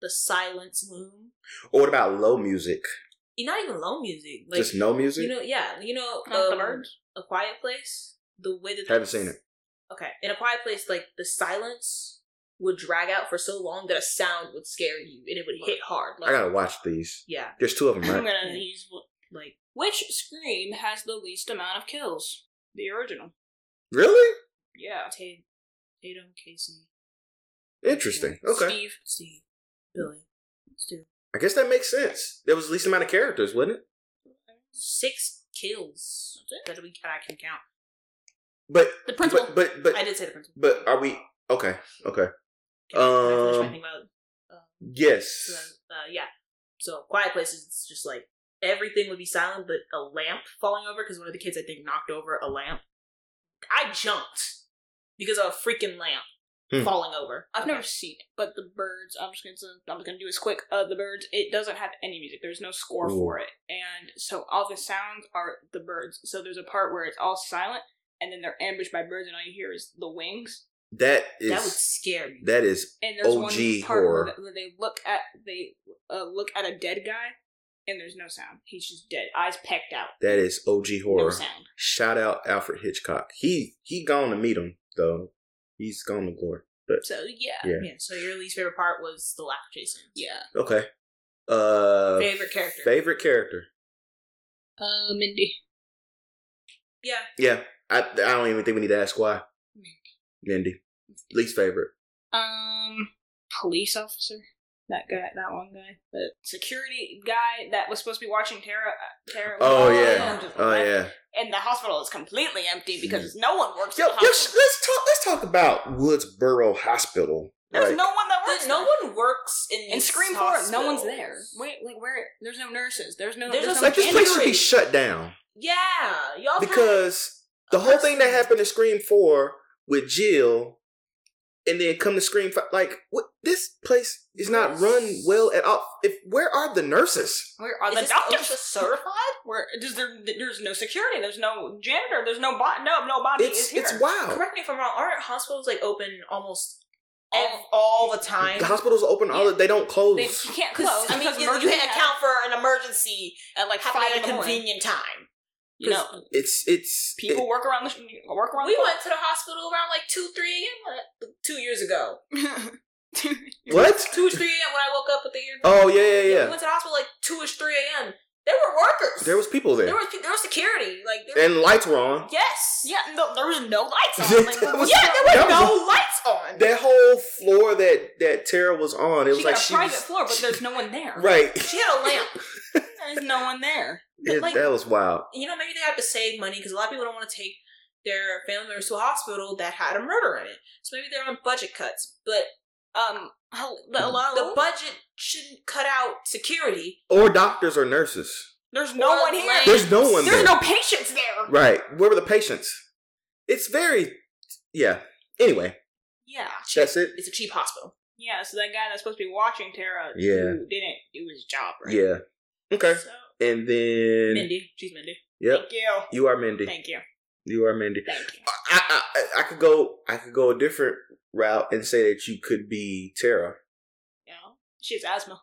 Speaker 3: the silence loom.
Speaker 1: Or what about low music?
Speaker 3: Not even low music, like
Speaker 1: just no music.
Speaker 3: you know, yeah, you know,
Speaker 2: Not the
Speaker 3: um,
Speaker 2: birds.
Speaker 3: A Quiet Place, the way that
Speaker 1: Haven't seen it.
Speaker 3: Okay, in A Quiet Place, like the silence would drag out for so long that a sound would scare you and it would hit hard. Like,
Speaker 1: I gotta watch these.
Speaker 3: yeah,
Speaker 1: There's two of them,
Speaker 2: I'm
Speaker 1: right?
Speaker 2: gonna use
Speaker 3: like
Speaker 2: Which Scream has the least amount of kills? The original.
Speaker 1: Really?
Speaker 2: Yeah.
Speaker 3: Tatum, Tatum Casey,
Speaker 1: Interesting. Okay.
Speaker 2: Steve.
Speaker 3: Steve, Billy, Stu.
Speaker 1: I guess that makes sense. There was the least amount of characters, wasn't it?
Speaker 3: Six kills that we that I can count.
Speaker 1: But
Speaker 3: The principal.
Speaker 1: but but
Speaker 3: I
Speaker 1: but,
Speaker 3: did say the principal.
Speaker 1: but are we okay? Okay.
Speaker 3: Can I finish my
Speaker 1: um,
Speaker 3: thing about So
Speaker 1: Yes.
Speaker 3: then, uh, yeah. So quiet places, it's just like everything would be silent, but a lamp falling over because one of the kids I think knocked over a lamp. I jumped because of a freaking lamp
Speaker 1: Hmm.
Speaker 3: falling over.
Speaker 2: I've never seen it, but the birds. I'm just gonna. I'm just gonna do this quick. Uh, the birds. It doesn't have any music. There's no score
Speaker 1: Ooh.
Speaker 2: for it, and so all the sounds are the birds. So there's a part where it's all silent, and then they're ambushed by birds, and all you hear is the wings.
Speaker 1: That
Speaker 3: that would
Speaker 1: is
Speaker 3: scare me.
Speaker 1: that is
Speaker 2: And there's
Speaker 1: OG
Speaker 2: one part
Speaker 1: horror.
Speaker 2: Where, th- where they look at they uh, look at a dead guy, and there's no sound. He's just dead, eyes pecked out,
Speaker 1: that is OG
Speaker 2: no
Speaker 1: horror.
Speaker 2: sound.
Speaker 1: Shout out Alfred Hitchcock. He he gone to meet him though. He's gone to glory. But
Speaker 2: So yeah,
Speaker 1: Yeah.
Speaker 3: yeah. So your least favorite part was the lack of Jason.
Speaker 2: yeah.
Speaker 1: okay. Uh
Speaker 3: Favorite character.
Speaker 1: Favorite character.
Speaker 2: Uh, Mindy.
Speaker 3: yeah.
Speaker 1: Yeah. I I don't even think we need to ask why. Mindy. Least favorite.
Speaker 2: Um, police officer. That guy, that one guy, the security guy that was supposed to be watching Tara. uh, Tara.
Speaker 1: Oh
Speaker 2: and
Speaker 1: yeah.
Speaker 2: just
Speaker 1: Oh
Speaker 2: left.
Speaker 1: yeah. Hmm.
Speaker 2: And the hospital is completely empty because no one works.
Speaker 1: Yo,
Speaker 2: at
Speaker 1: yo,
Speaker 2: the
Speaker 1: sh-
Speaker 2: hospital.
Speaker 1: let's talk let's talk about Woodsboro Hospital.
Speaker 2: There's
Speaker 1: Like,
Speaker 2: no one that works.
Speaker 3: But no
Speaker 2: there.
Speaker 3: one works in
Speaker 2: And
Speaker 3: these
Speaker 2: scream for it. No one's
Speaker 3: hospitals.
Speaker 2: there. Wait, like where? There's no nurses. There's no.
Speaker 3: There's
Speaker 2: There's,
Speaker 3: no
Speaker 2: no
Speaker 1: like this place should be
Speaker 3: January.
Speaker 1: shut down.
Speaker 3: Yeah, y'all. kinda-
Speaker 1: because the whole thing that happened in Scream Four with Jill, and then come to Scream Five, like what, this place is not run well at all. If where are the nurses?
Speaker 2: Where are
Speaker 3: Is
Speaker 2: the
Speaker 3: this
Speaker 2: doctors?
Speaker 3: OSHA certified?
Speaker 2: Where does there? There's no security. There's no janitor. There's no bot. No, nobody is
Speaker 1: It's
Speaker 2: here.
Speaker 1: it's wild.
Speaker 3: Correct me if I'm wrong. Aren't hospitals like open almost all,
Speaker 2: All-
Speaker 3: all the time?
Speaker 1: The hospitals open all the, they don't close.
Speaker 2: They you can't close.
Speaker 3: Because I mean,
Speaker 2: because
Speaker 3: you,
Speaker 2: emergency
Speaker 3: you had to
Speaker 2: had-
Speaker 3: account for an emergency
Speaker 2: at like
Speaker 3: happening
Speaker 2: five
Speaker 3: at a
Speaker 2: in the morning.
Speaker 3: convenient time.
Speaker 2: You know,
Speaker 1: it's it's
Speaker 2: people work around the sh- work around.
Speaker 3: We went to the hospital around like two, three a.m. uh, two years ago.
Speaker 2: went.
Speaker 1: it- what?
Speaker 3: Two ish, three a.m. when I woke up with the ear.
Speaker 1: Oh yeah
Speaker 3: We
Speaker 1: yeah yeah.
Speaker 3: went to the hospital like two ish, three a.m. There were workers.
Speaker 1: There was people
Speaker 3: there
Speaker 1: there,
Speaker 3: was there was security. Like there,
Speaker 1: and lights were on.
Speaker 3: yes,
Speaker 2: yeah, no, there was no lights on. Like,
Speaker 1: That was-
Speaker 2: yeah, there was
Speaker 1: that was-
Speaker 2: no lights on.
Speaker 1: That whole floor that that Tara was on, it was
Speaker 2: she
Speaker 1: like
Speaker 2: got a
Speaker 1: she
Speaker 2: private
Speaker 1: was
Speaker 2: floor, but there's no one there.
Speaker 1: right.
Speaker 3: She had a lamp.
Speaker 2: There's no one there.
Speaker 3: But,
Speaker 1: It-
Speaker 3: like-
Speaker 1: that was wild.
Speaker 3: you know, maybe they had to save money because a lot of people don't want to take their family members to a hospital that had a murder in it. So maybe they're on budget cuts. But
Speaker 2: Um, hel- but a lot of
Speaker 3: the budget shouldn't cut out security.
Speaker 1: Or doctors or nurses.
Speaker 2: there's no
Speaker 3: or
Speaker 2: one here.
Speaker 3: lights.
Speaker 1: There's no one there.
Speaker 2: There's no patients there.
Speaker 1: Right. Where were the patients? It's very, yeah. Anyway,
Speaker 2: Yeah.
Speaker 1: that's it.
Speaker 3: It's a cheap hospital.
Speaker 2: Yeah, so that guy that's supposed to be watching Tara
Speaker 1: Yeah.
Speaker 2: who didn't do his job right.
Speaker 1: Yeah. Okay.
Speaker 3: So,
Speaker 1: And then,
Speaker 3: Mindy, she's Mindy.
Speaker 1: yep,
Speaker 2: Thank you.
Speaker 1: you are Mindy.
Speaker 2: Thank you.
Speaker 1: You are Mindy.
Speaker 2: Thank you.
Speaker 1: I, I I- I could go I could go a different route and say that you could be Tara.
Speaker 2: Yeah. She has asthma.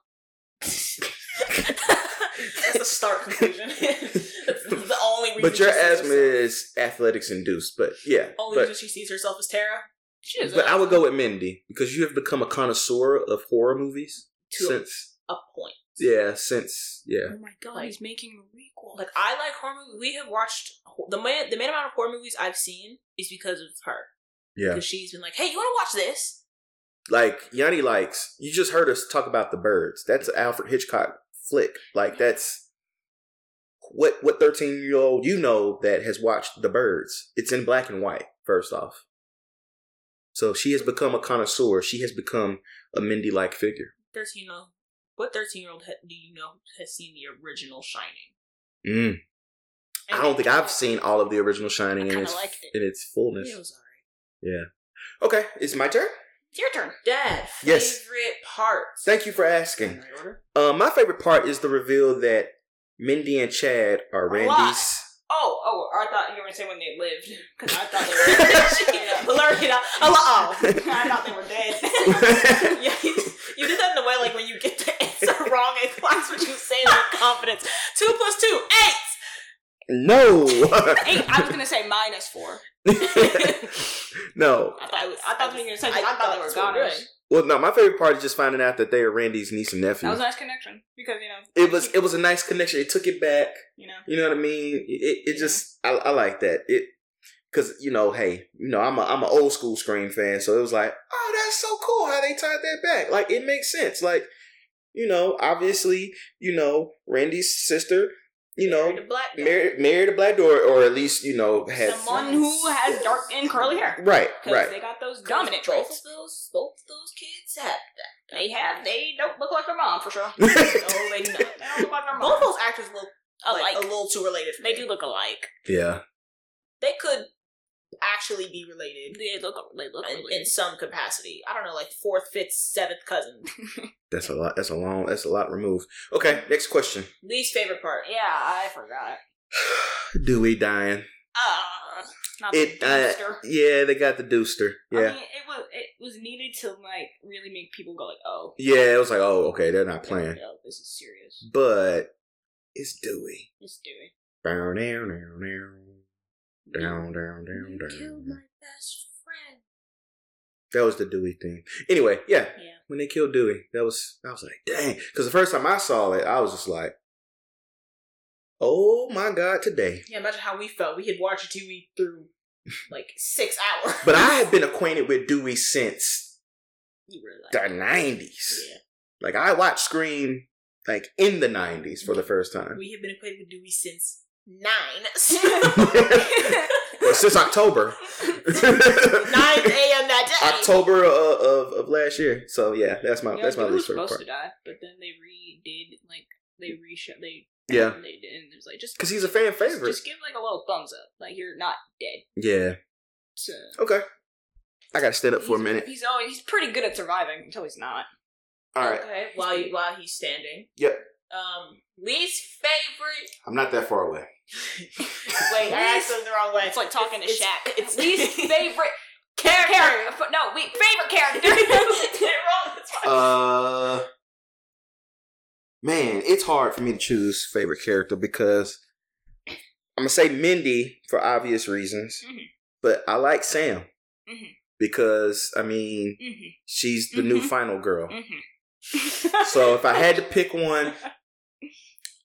Speaker 3: That's a stark conclusion. That's the only reason.
Speaker 1: But your
Speaker 3: she sees
Speaker 1: asthma
Speaker 3: herself-
Speaker 1: is athletics induced. But yeah,
Speaker 3: Only
Speaker 1: but,
Speaker 3: reason she sees herself as Tara.
Speaker 2: She has
Speaker 1: but I
Speaker 2: asthma.
Speaker 1: would go with Mindy because you have become a connoisseur of horror movies
Speaker 3: To a-
Speaker 1: since
Speaker 3: A point.
Speaker 1: yeah since yeah
Speaker 2: Oh my god, he's making a requel.
Speaker 3: Like I like horror movies. We have watched the main the main amount of horror movies I've seen is because of her.
Speaker 1: yeah
Speaker 3: Because she's been like, "Hey, you want to watch this?"
Speaker 1: like Yanni likes you just heard us talk about the birds. That's an Alfred Hitchcock flick. Like that's what what thirteen year old you know that has watched the birds. It's in black and white, first off. So she has become a connoisseur. She has become a Mindy like figure.
Speaker 3: Thirteen year old. What thirteen year old do you know has seen the original Shining?
Speaker 1: Mm. I don't think I've seen all of the original
Speaker 2: I
Speaker 1: Shining in
Speaker 2: kinda
Speaker 1: its
Speaker 2: liked it.
Speaker 1: in its
Speaker 3: It
Speaker 1: fullness.
Speaker 3: was alright.
Speaker 1: Okay, it's my turn.
Speaker 2: It's your turn.
Speaker 3: Dad,
Speaker 1: Yes.
Speaker 3: favorite parts.
Speaker 1: Thank you for
Speaker 3: In
Speaker 1: asking.
Speaker 3: right order.
Speaker 1: Uh, my favorite part is the reveal that Mindy and Chad are
Speaker 2: Alive.
Speaker 1: Randy's.
Speaker 2: Oh, oh, I thought you were gonna say when they lived. Because I thought
Speaker 3: She
Speaker 2: they were dead.
Speaker 3: blurted out. Hello.
Speaker 2: I thought they were dead.
Speaker 3: yeah, you, you did that in a way like when you get the answer wrong in class, but you say it with confidence. Two plus two, eight.
Speaker 1: No.
Speaker 2: Eight, I was gonna say minus four.
Speaker 1: no.
Speaker 2: I thought, I thought they were gonna say
Speaker 3: I
Speaker 2: I,
Speaker 3: thought
Speaker 2: thought they were
Speaker 3: that's what we're
Speaker 2: goners.
Speaker 3: doing.
Speaker 1: Well, no. My favorite part is just finding out that they are Randy's niece and nephew.
Speaker 2: That was a nice connection because you know
Speaker 1: it was it was a nice connection. It took it back.
Speaker 2: you know
Speaker 1: You know what I mean? It it, it just I, I like that it because you know hey you know I'm a I'm an old school Scream fan so it was like oh that's so cool how they tied that back like it makes sense like you know, obviously, you know, Randy's sister, you know,
Speaker 3: Married a black guy.
Speaker 1: married married a black door, or at least you know had
Speaker 2: Someone who has dark and curly hair.
Speaker 1: right,
Speaker 2: Because
Speaker 1: right.
Speaker 2: they got those dominant
Speaker 3: both
Speaker 2: traits.
Speaker 3: of those, both of those kids have that.
Speaker 2: They have, they don't look like their mom for sure.
Speaker 3: No, they
Speaker 2: They
Speaker 3: don't.
Speaker 2: don't look like their
Speaker 3: Both
Speaker 2: mom.
Speaker 3: of those actors look uh, like,
Speaker 2: Alike.
Speaker 3: a little too related. For
Speaker 2: They
Speaker 3: me.
Speaker 2: do look alike.
Speaker 1: yeah,
Speaker 3: They could actually be related
Speaker 2: They look, they look
Speaker 3: in,
Speaker 2: alike.
Speaker 3: in some capacity. I don't know, like fourth, fifth, seventh cousin.
Speaker 1: that's a lot. That's a long. That's a lot removed. Okay, next question.
Speaker 3: Least favorite part.
Speaker 2: Yeah, I forgot.
Speaker 1: Dewey dying.
Speaker 3: Ah,
Speaker 2: Uh, not
Speaker 1: It.
Speaker 2: the
Speaker 1: Uh,
Speaker 2: dumpster.
Speaker 1: yeah, they got the dooster. Yeah.
Speaker 2: I mean, it was it was needed to like really make people go like, oh,
Speaker 1: yeah, it was like, oh, okay, they're not playing.
Speaker 2: no, this is serious.
Speaker 1: But it's Dewey.
Speaker 2: It's Dewey.
Speaker 1: Down, down, down, down, down, down, down,
Speaker 3: You
Speaker 1: down.
Speaker 3: killed my best friend.
Speaker 1: That was the Dewey thing. Anyway, yeah,
Speaker 2: Yeah.
Speaker 1: when they killed Dewey, that was I was like, dang, because the first time I saw it, I was just like, oh my god, today.
Speaker 3: Yeah, imagine how we felt. We had watched TV through like six hours.
Speaker 1: But I had been acquainted with Dewey since
Speaker 2: You were like,
Speaker 1: the nineties.
Speaker 2: Yeah.
Speaker 1: Like I watched Scream like in the nineties for the first time,
Speaker 3: we have been acquainted with Dewey since nine.
Speaker 1: Well, since October.
Speaker 3: nine a.m. that day.
Speaker 1: October of, of of last year. So yeah, that's my
Speaker 2: yeah,
Speaker 1: that's my
Speaker 2: Dewey was
Speaker 1: least favorite part.
Speaker 2: supposed to die, but then they redid like they reshot they
Speaker 1: Yeah.
Speaker 2: they did and it was like just
Speaker 1: Because he's a fan
Speaker 2: just-
Speaker 1: favorite.
Speaker 2: Just give like a little thumbs up, like you're not dead.
Speaker 1: yeah.
Speaker 2: So,
Speaker 1: Okay. I gotta stand up for a
Speaker 2: he's-
Speaker 1: minute.
Speaker 2: He's always he's pretty good at surviving until he's not.
Speaker 1: All right.
Speaker 3: Okay, while you, while he's standing.
Speaker 1: Yep.
Speaker 3: Um, least favorite.
Speaker 1: I'm not that far away.
Speaker 3: Wait, I asked him the wrong way.
Speaker 2: It's like talking to
Speaker 3: It's-
Speaker 2: Shaq.
Speaker 3: it's-
Speaker 2: least favorite character. no, we favorite character.
Speaker 1: Uh, man, it's hard for me to choose favorite character because I'm gonna say Mindy for obvious reasons,
Speaker 2: Mhm.
Speaker 1: but I like Sam
Speaker 2: Mhm.
Speaker 1: because I mean
Speaker 2: mm-hmm,
Speaker 1: she's the new
Speaker 2: Mhm.
Speaker 1: final girl.
Speaker 2: mm-hmm.
Speaker 1: So if I had to pick one,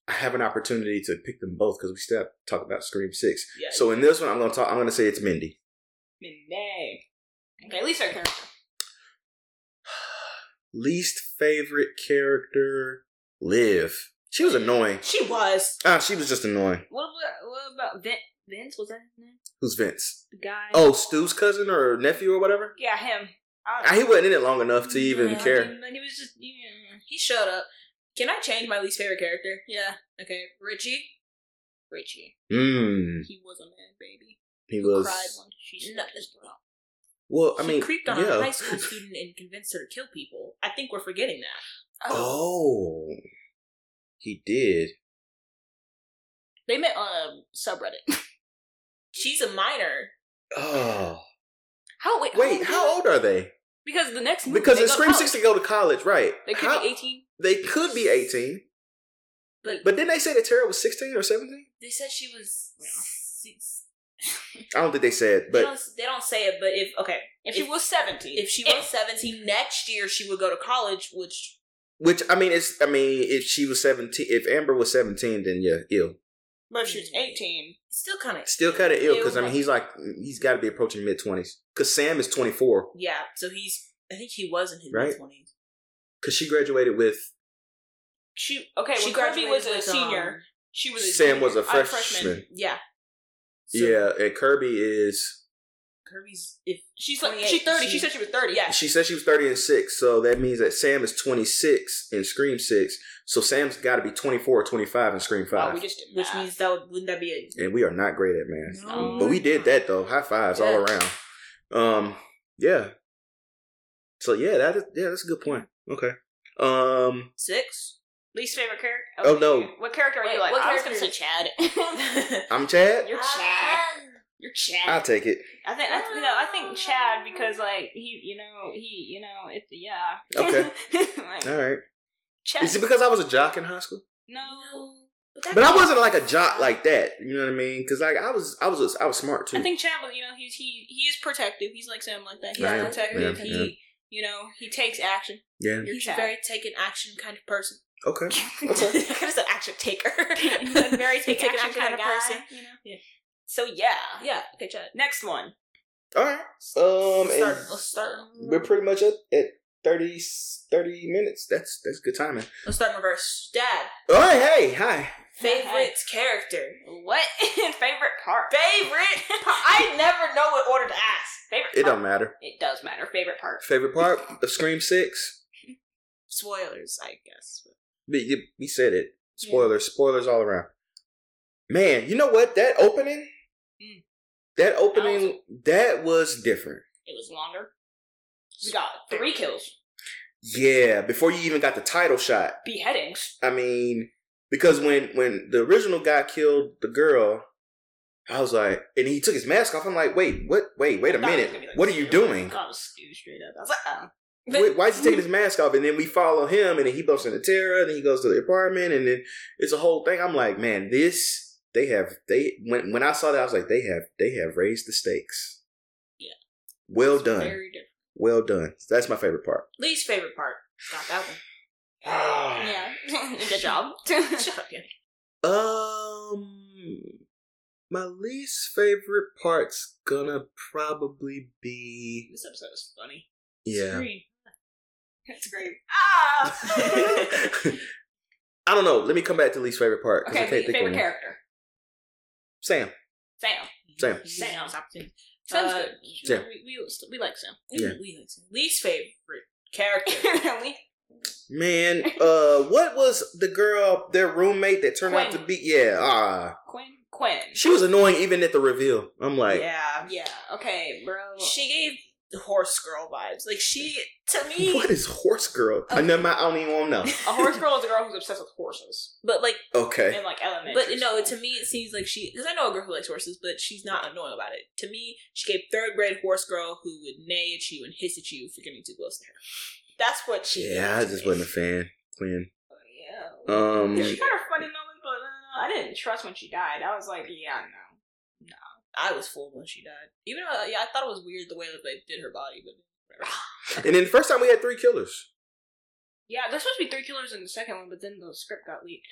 Speaker 1: I have an opportunity to pick them both because we still have to talk about Scream Six.
Speaker 3: Yeah.
Speaker 1: So in this one, I'm gonna talk. I'm gonna say it's Mindy.
Speaker 2: Midday. Okay, at least our character.
Speaker 1: Least favorite character, Liv. She was annoying.
Speaker 3: she was.
Speaker 1: Ah, she was just annoying.
Speaker 2: What about, what about Vin- Vince? Was that his name?
Speaker 1: Who's Vince?
Speaker 2: The guy?
Speaker 1: Oh, Stu's cousin or nephew or whatever.
Speaker 2: Yeah, him.
Speaker 1: Ah, He wasn't in it long enough to even
Speaker 3: Yeah,
Speaker 1: care.
Speaker 2: But he was just. Yeah.
Speaker 3: He showed up. Can I change my least favorite character? Yeah. Okay, Richie.
Speaker 2: Richie.
Speaker 1: Mm,
Speaker 2: He was a man, baby.
Speaker 1: he
Speaker 2: Who
Speaker 1: was.
Speaker 2: cried once she
Speaker 3: No.
Speaker 2: snapped his throat.
Speaker 1: Well, I
Speaker 3: He
Speaker 1: mean,
Speaker 3: creeped on
Speaker 1: yeah.
Speaker 3: a high school student and convinced her to kill people. I think we're forgetting that.
Speaker 1: Oh, he did.
Speaker 2: They met on a subreddit.
Speaker 3: um, She's a minor.
Speaker 1: Oh,
Speaker 2: How wait?
Speaker 1: wait. How old are they?
Speaker 2: Because the next movie
Speaker 1: Because
Speaker 2: they
Speaker 1: in
Speaker 2: go to
Speaker 1: Scream
Speaker 2: college.
Speaker 1: Six, they go to college, right?
Speaker 2: They could
Speaker 1: How-
Speaker 2: be eighteen.
Speaker 1: They could be eighteen.
Speaker 3: But-
Speaker 1: But didn't they say that Tara was sixteen or seventeen?
Speaker 3: They said she was. Six.
Speaker 1: I don't think they said.
Speaker 3: they,
Speaker 1: But
Speaker 3: don't, they don't say it, but if okay,
Speaker 2: If, she was seventeen,
Speaker 3: if she was seventeen next year, she would go to college, which
Speaker 1: which I mean, it's I mean, if she was seventeen, if Amber was seventeen, then yeah, ill.
Speaker 2: but if she was eighteen,
Speaker 3: still kind of
Speaker 1: Still kind of ill because I mean, he's like he's got to be approaching mid twenties because Sam is twenty four
Speaker 3: Yeah, so he's. I think he was in his
Speaker 1: Right.
Speaker 3: mid twenties.
Speaker 1: because she graduated with
Speaker 2: she okay. when Kirby was a
Speaker 3: um,
Speaker 2: senior, she was a
Speaker 1: Sam was a
Speaker 2: junior- uh,
Speaker 1: freshman.
Speaker 3: yeah. So
Speaker 1: yeah, and Kirby is.
Speaker 3: Kirby's if
Speaker 2: She's like
Speaker 3: 28.
Speaker 2: she's thirty. She,
Speaker 3: She-
Speaker 2: said she was thirty.
Speaker 3: yeah.
Speaker 1: She said she was thirty and six, so that means that Sam is twenty six in Scream Six. So Sam's got to be 24 or 25 in Scream
Speaker 2: Oh,
Speaker 1: Five.
Speaker 2: we just did
Speaker 3: which
Speaker 2: math.
Speaker 3: means that would, wouldn't that be a
Speaker 1: and we are not great at math.
Speaker 2: No.
Speaker 1: But we did that though. High fives all
Speaker 3: Yeah.
Speaker 1: around. Um, yeah. So yeah, that is, yeah, that's a good point. Okay. Um,
Speaker 3: six?
Speaker 2: least favorite character.
Speaker 1: Oh, no.
Speaker 2: What character are
Speaker 3: Wait,
Speaker 2: you like?
Speaker 3: what
Speaker 2: I was gonna say
Speaker 3: character-
Speaker 2: Chad.
Speaker 1: I'm Chad.
Speaker 2: You're
Speaker 3: Uh,
Speaker 2: Chad. You're Chad.
Speaker 1: I'll take it.
Speaker 2: I think I, th- you know. I think Chad because like he, you know, he, you know, it's yeah.
Speaker 1: Okay.
Speaker 2: Like,
Speaker 1: All right.
Speaker 2: Chad.
Speaker 1: Is it because I was a jock in high school?
Speaker 2: no.
Speaker 1: But I wasn't like a jock like that. You know what I mean? Because like I was, I was, I was smart too.
Speaker 2: I think Chad was, you know, he's he he is protective. He's like Sam, like that. He's
Speaker 1: Yeah,
Speaker 2: protective.
Speaker 1: yeah,
Speaker 2: he, you know, he takes action.
Speaker 1: yeah.
Speaker 2: You're
Speaker 3: He's a
Speaker 2: Chad.
Speaker 3: very take an action kind of person.
Speaker 1: Okay.
Speaker 3: I could have said action taker.
Speaker 2: He's a very take,
Speaker 3: Take
Speaker 2: action, kind of
Speaker 3: guy,
Speaker 2: person. You know.
Speaker 3: Yeah.
Speaker 2: So yeah.
Speaker 3: Yeah. Okay, Chad.
Speaker 2: Next one.
Speaker 1: All right. Um,
Speaker 3: Start,
Speaker 1: and
Speaker 3: let's start.
Speaker 1: we're pretty much at, at 30, 30 minutes. That's that's good timing.
Speaker 3: Let's start in reverse. Dad,
Speaker 1: All right, hey, hi.
Speaker 3: favorite character.
Speaker 2: What? Favorite part?
Speaker 3: Favorite? I never know what order to ask.
Speaker 2: Favorite
Speaker 1: It
Speaker 2: part?
Speaker 1: don't matter.
Speaker 2: It does matter. Favorite part.
Speaker 1: Favorite part of Scream Six?
Speaker 3: Spoilers, I guess.
Speaker 1: But you, we said it. Spoilers, spoilers all around. Man, you know what? That opening,
Speaker 2: Mm.
Speaker 1: that opening, that was different.
Speaker 2: It was longer. We got three kills.
Speaker 1: Yeah, before you even got the title shot.
Speaker 2: Beheadings.
Speaker 1: I mean, because when when the original guy killed the girl, I was like, and he took his mask off. I'm like, wait, what? Wait, wait a
Speaker 2: That was
Speaker 1: minute.
Speaker 2: gonna be like-
Speaker 1: What are you doing?
Speaker 2: I was scared straight up. I was like, oh.
Speaker 1: Wait, why is he taking his mask off? And then we follow him, and then he busts into Tara, and then he goes to the apartment, and then it's a whole thing. I'm like, man, this they have they when when I saw that, I was like, they have they have raised the stakes.
Speaker 2: Yeah.
Speaker 1: Well done.
Speaker 2: Very different.
Speaker 1: well done. That's my favorite part.
Speaker 3: Least favorite part. Not that one.
Speaker 2: Yeah. Good job.
Speaker 3: Shut up, Yanni.
Speaker 1: Um, my least favorite part's gonna probably be
Speaker 2: this episode is funny.
Speaker 1: yeah.
Speaker 2: That's great. Ah!
Speaker 1: I don't know. Let me come back to least favorite part because
Speaker 2: okay,
Speaker 1: I can't think of
Speaker 2: favorite
Speaker 1: one.
Speaker 2: character.
Speaker 1: Sam.
Speaker 2: Sam.
Speaker 1: Sam.
Speaker 2: Sam.
Speaker 3: Sam.
Speaker 2: Sam's
Speaker 3: Uh,
Speaker 2: good.
Speaker 1: Sam.
Speaker 2: We, we, we like Sam.
Speaker 1: Yeah.
Speaker 3: We like Sam. Least favorite character.
Speaker 2: we,
Speaker 1: Man, uh, what was the girl, their roommate that turned out to
Speaker 2: Quinn.
Speaker 1: be? Yeah, ah,
Speaker 2: Quinn. Quinn.
Speaker 1: she was annoying even at the reveal. I'm like,
Speaker 3: yeah.
Speaker 2: Yeah. Okay, bro.
Speaker 3: She gave horse girl vibes. Like she to me
Speaker 1: what is horse girl? I never mind. I don't even want to
Speaker 2: A horse girl is a girl who's obsessed with horses
Speaker 3: but like
Speaker 1: know. Okay,
Speaker 2: in like elementary.
Speaker 3: but no,
Speaker 2: school.
Speaker 3: to me it seems like she because I know a girl who likes horses, but she's not annoying about it. To me, she gave third grade horse girl who would neigh at you and hiss at you for getting too close to her. That's what she.
Speaker 1: yeah, I
Speaker 3: gave
Speaker 1: just
Speaker 3: to me.
Speaker 1: wasn't a fan. Quinn.
Speaker 2: Yeah.
Speaker 1: Um,
Speaker 2: she got her funny moments, but uh, I didn't trust when she died. I was like, yeah, no.
Speaker 3: I was fooled when she died. Even
Speaker 2: uh,
Speaker 3: though yeah, I thought it was weird the way that they did her body, but whatever.
Speaker 1: and then the first time we had three killers.
Speaker 2: Yeah, there's supposed to be three killers in the second one, but then the script got leaked.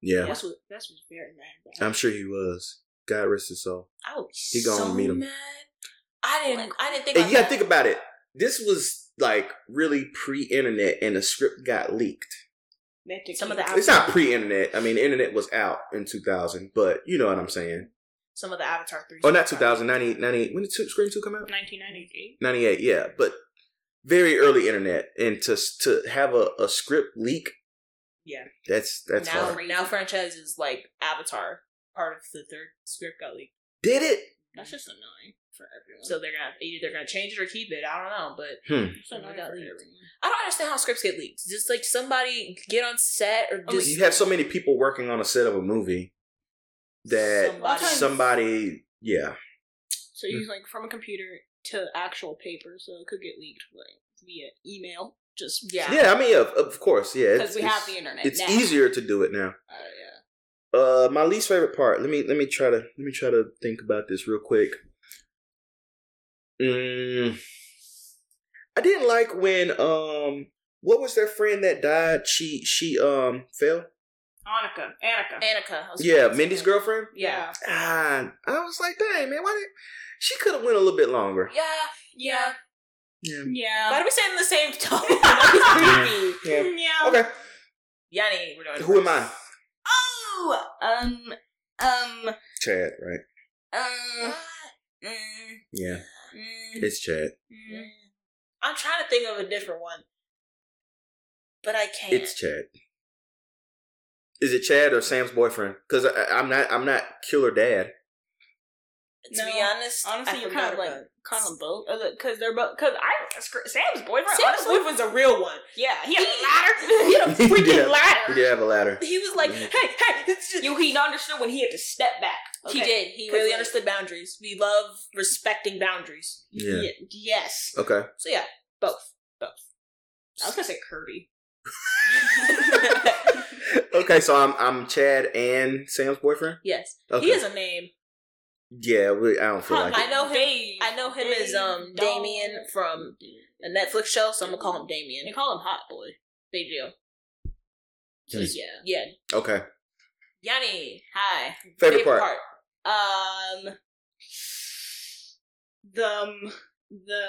Speaker 1: Yeah,
Speaker 2: That's what that's what's very mad. About.
Speaker 1: I'm sure he was. God rest his soul.
Speaker 3: I would be
Speaker 1: He gonna
Speaker 3: so
Speaker 1: meet him.
Speaker 3: mad. I didn't. I didn't think.
Speaker 1: And
Speaker 3: about
Speaker 1: you gotta
Speaker 3: that.
Speaker 1: think about it. This was like really pre-internet, and the script got leaked.
Speaker 2: They have to
Speaker 3: Some of
Speaker 2: keep-
Speaker 3: the
Speaker 1: It's not pre-internet. I mean, the internet was out in 2000, but you know what I'm saying.
Speaker 3: some of the Avatar three.
Speaker 1: Oh, not 2000, 98, 98. When did two, Scream 2 come out?
Speaker 2: 1998.
Speaker 1: 98, yeah. But very early internet, and to to have a, a script leak,
Speaker 3: Yeah.
Speaker 1: that's that's
Speaker 3: now,
Speaker 1: hard.
Speaker 3: now franchise is like Avatar. Part of the third script got leaked,
Speaker 1: Did it?
Speaker 2: That's just annoying for everyone.
Speaker 3: so they're gonna either they're gonna change it or keep it. I don't know, but
Speaker 2: it's annoying
Speaker 3: Got
Speaker 2: for
Speaker 3: leaked.
Speaker 2: everyone.
Speaker 3: I don't understand how scripts get leaked. Just like somebody get on set or
Speaker 2: Oh,
Speaker 3: just
Speaker 1: you have so many people working on a set of a movie that
Speaker 3: Somebody-
Speaker 1: somebody Hmm. yeah.
Speaker 2: So you use like from a computer to actual paper, so it could get leaked like via email. Just
Speaker 3: Yeah.
Speaker 1: Yeah, I mean, of, of course, yeah. it's-
Speaker 2: because we have
Speaker 1: it's-
Speaker 2: the internet.
Speaker 1: it's
Speaker 2: now.
Speaker 1: easier to do it now.
Speaker 2: Uh, yeah.
Speaker 1: Uh, my least favorite part. Let me let me try to let me try to think about this real quick. Mm, I didn't like when um, what was their friend that died? She she um fell.
Speaker 2: Annika. Annika.
Speaker 3: Annika. I was-
Speaker 1: Yeah, Mindy's girlfriend.
Speaker 3: Yeah.
Speaker 1: Ah, I was like, dang man, why did she could have went a little bit longer?
Speaker 3: Yeah.
Speaker 2: Yeah.
Speaker 1: Yeah.
Speaker 2: Yeah.
Speaker 3: Why do we saying the same tone?
Speaker 1: Yeah. Yeah.
Speaker 2: Yeah.
Speaker 1: Okay.
Speaker 3: Yanni, we're doing.
Speaker 1: Who am I?
Speaker 2: Oh. Um. Um.
Speaker 1: Chad, right?
Speaker 3: uh,
Speaker 2: Um.
Speaker 3: mm,
Speaker 1: Yeah, it's Chad.
Speaker 3: I'm trying to think of a different one, but I can't.
Speaker 1: It's Chad. Is it Chad or Sam's boyfriend? Because I'm not I'm not killer dad.
Speaker 3: to be
Speaker 2: No,
Speaker 3: honest,
Speaker 2: Honestly,
Speaker 3: I
Speaker 2: you're
Speaker 3: forgot
Speaker 2: kind of like
Speaker 3: about Oh, it.
Speaker 2: kind of both because they're both because I scr- Sam's boyfriend.
Speaker 3: Sam's
Speaker 2: honestly,
Speaker 3: boyfriend's a real one.
Speaker 2: yeah, he
Speaker 3: He-
Speaker 2: had a ladder. He had a
Speaker 1: He
Speaker 2: freaking
Speaker 1: did have- We
Speaker 2: ladder.
Speaker 1: did have a ladder.
Speaker 3: He was like, "Hey, hey!" it's just-
Speaker 2: You he understood when he had to step back.
Speaker 3: He did. He
Speaker 2: 'Cause,
Speaker 3: really
Speaker 2: like-
Speaker 3: understood boundaries. We love respecting boundaries.
Speaker 1: Yeah. Uh,
Speaker 2: Y- yes.
Speaker 1: Okay.
Speaker 3: So yeah,
Speaker 2: Both. Both. I was gonna say Kirby.
Speaker 1: okay, so I'm I'm Chad and Sam's boyfriend.
Speaker 3: yes,
Speaker 1: Okay.
Speaker 3: he has a name.
Speaker 1: yeah, we, I don't feel like
Speaker 3: I
Speaker 1: it.
Speaker 3: know him-
Speaker 2: Dave.
Speaker 3: I know him as um
Speaker 2: Dave.
Speaker 3: Damien from a Netflix show, so I'm gonna call him Damien.
Speaker 2: They call him Hot Boy.
Speaker 3: They do.
Speaker 1: Hmm.
Speaker 3: yeah, yeah.
Speaker 1: Okay.
Speaker 3: Yanni, hi.
Speaker 1: Favorite part.
Speaker 2: Um. The um, the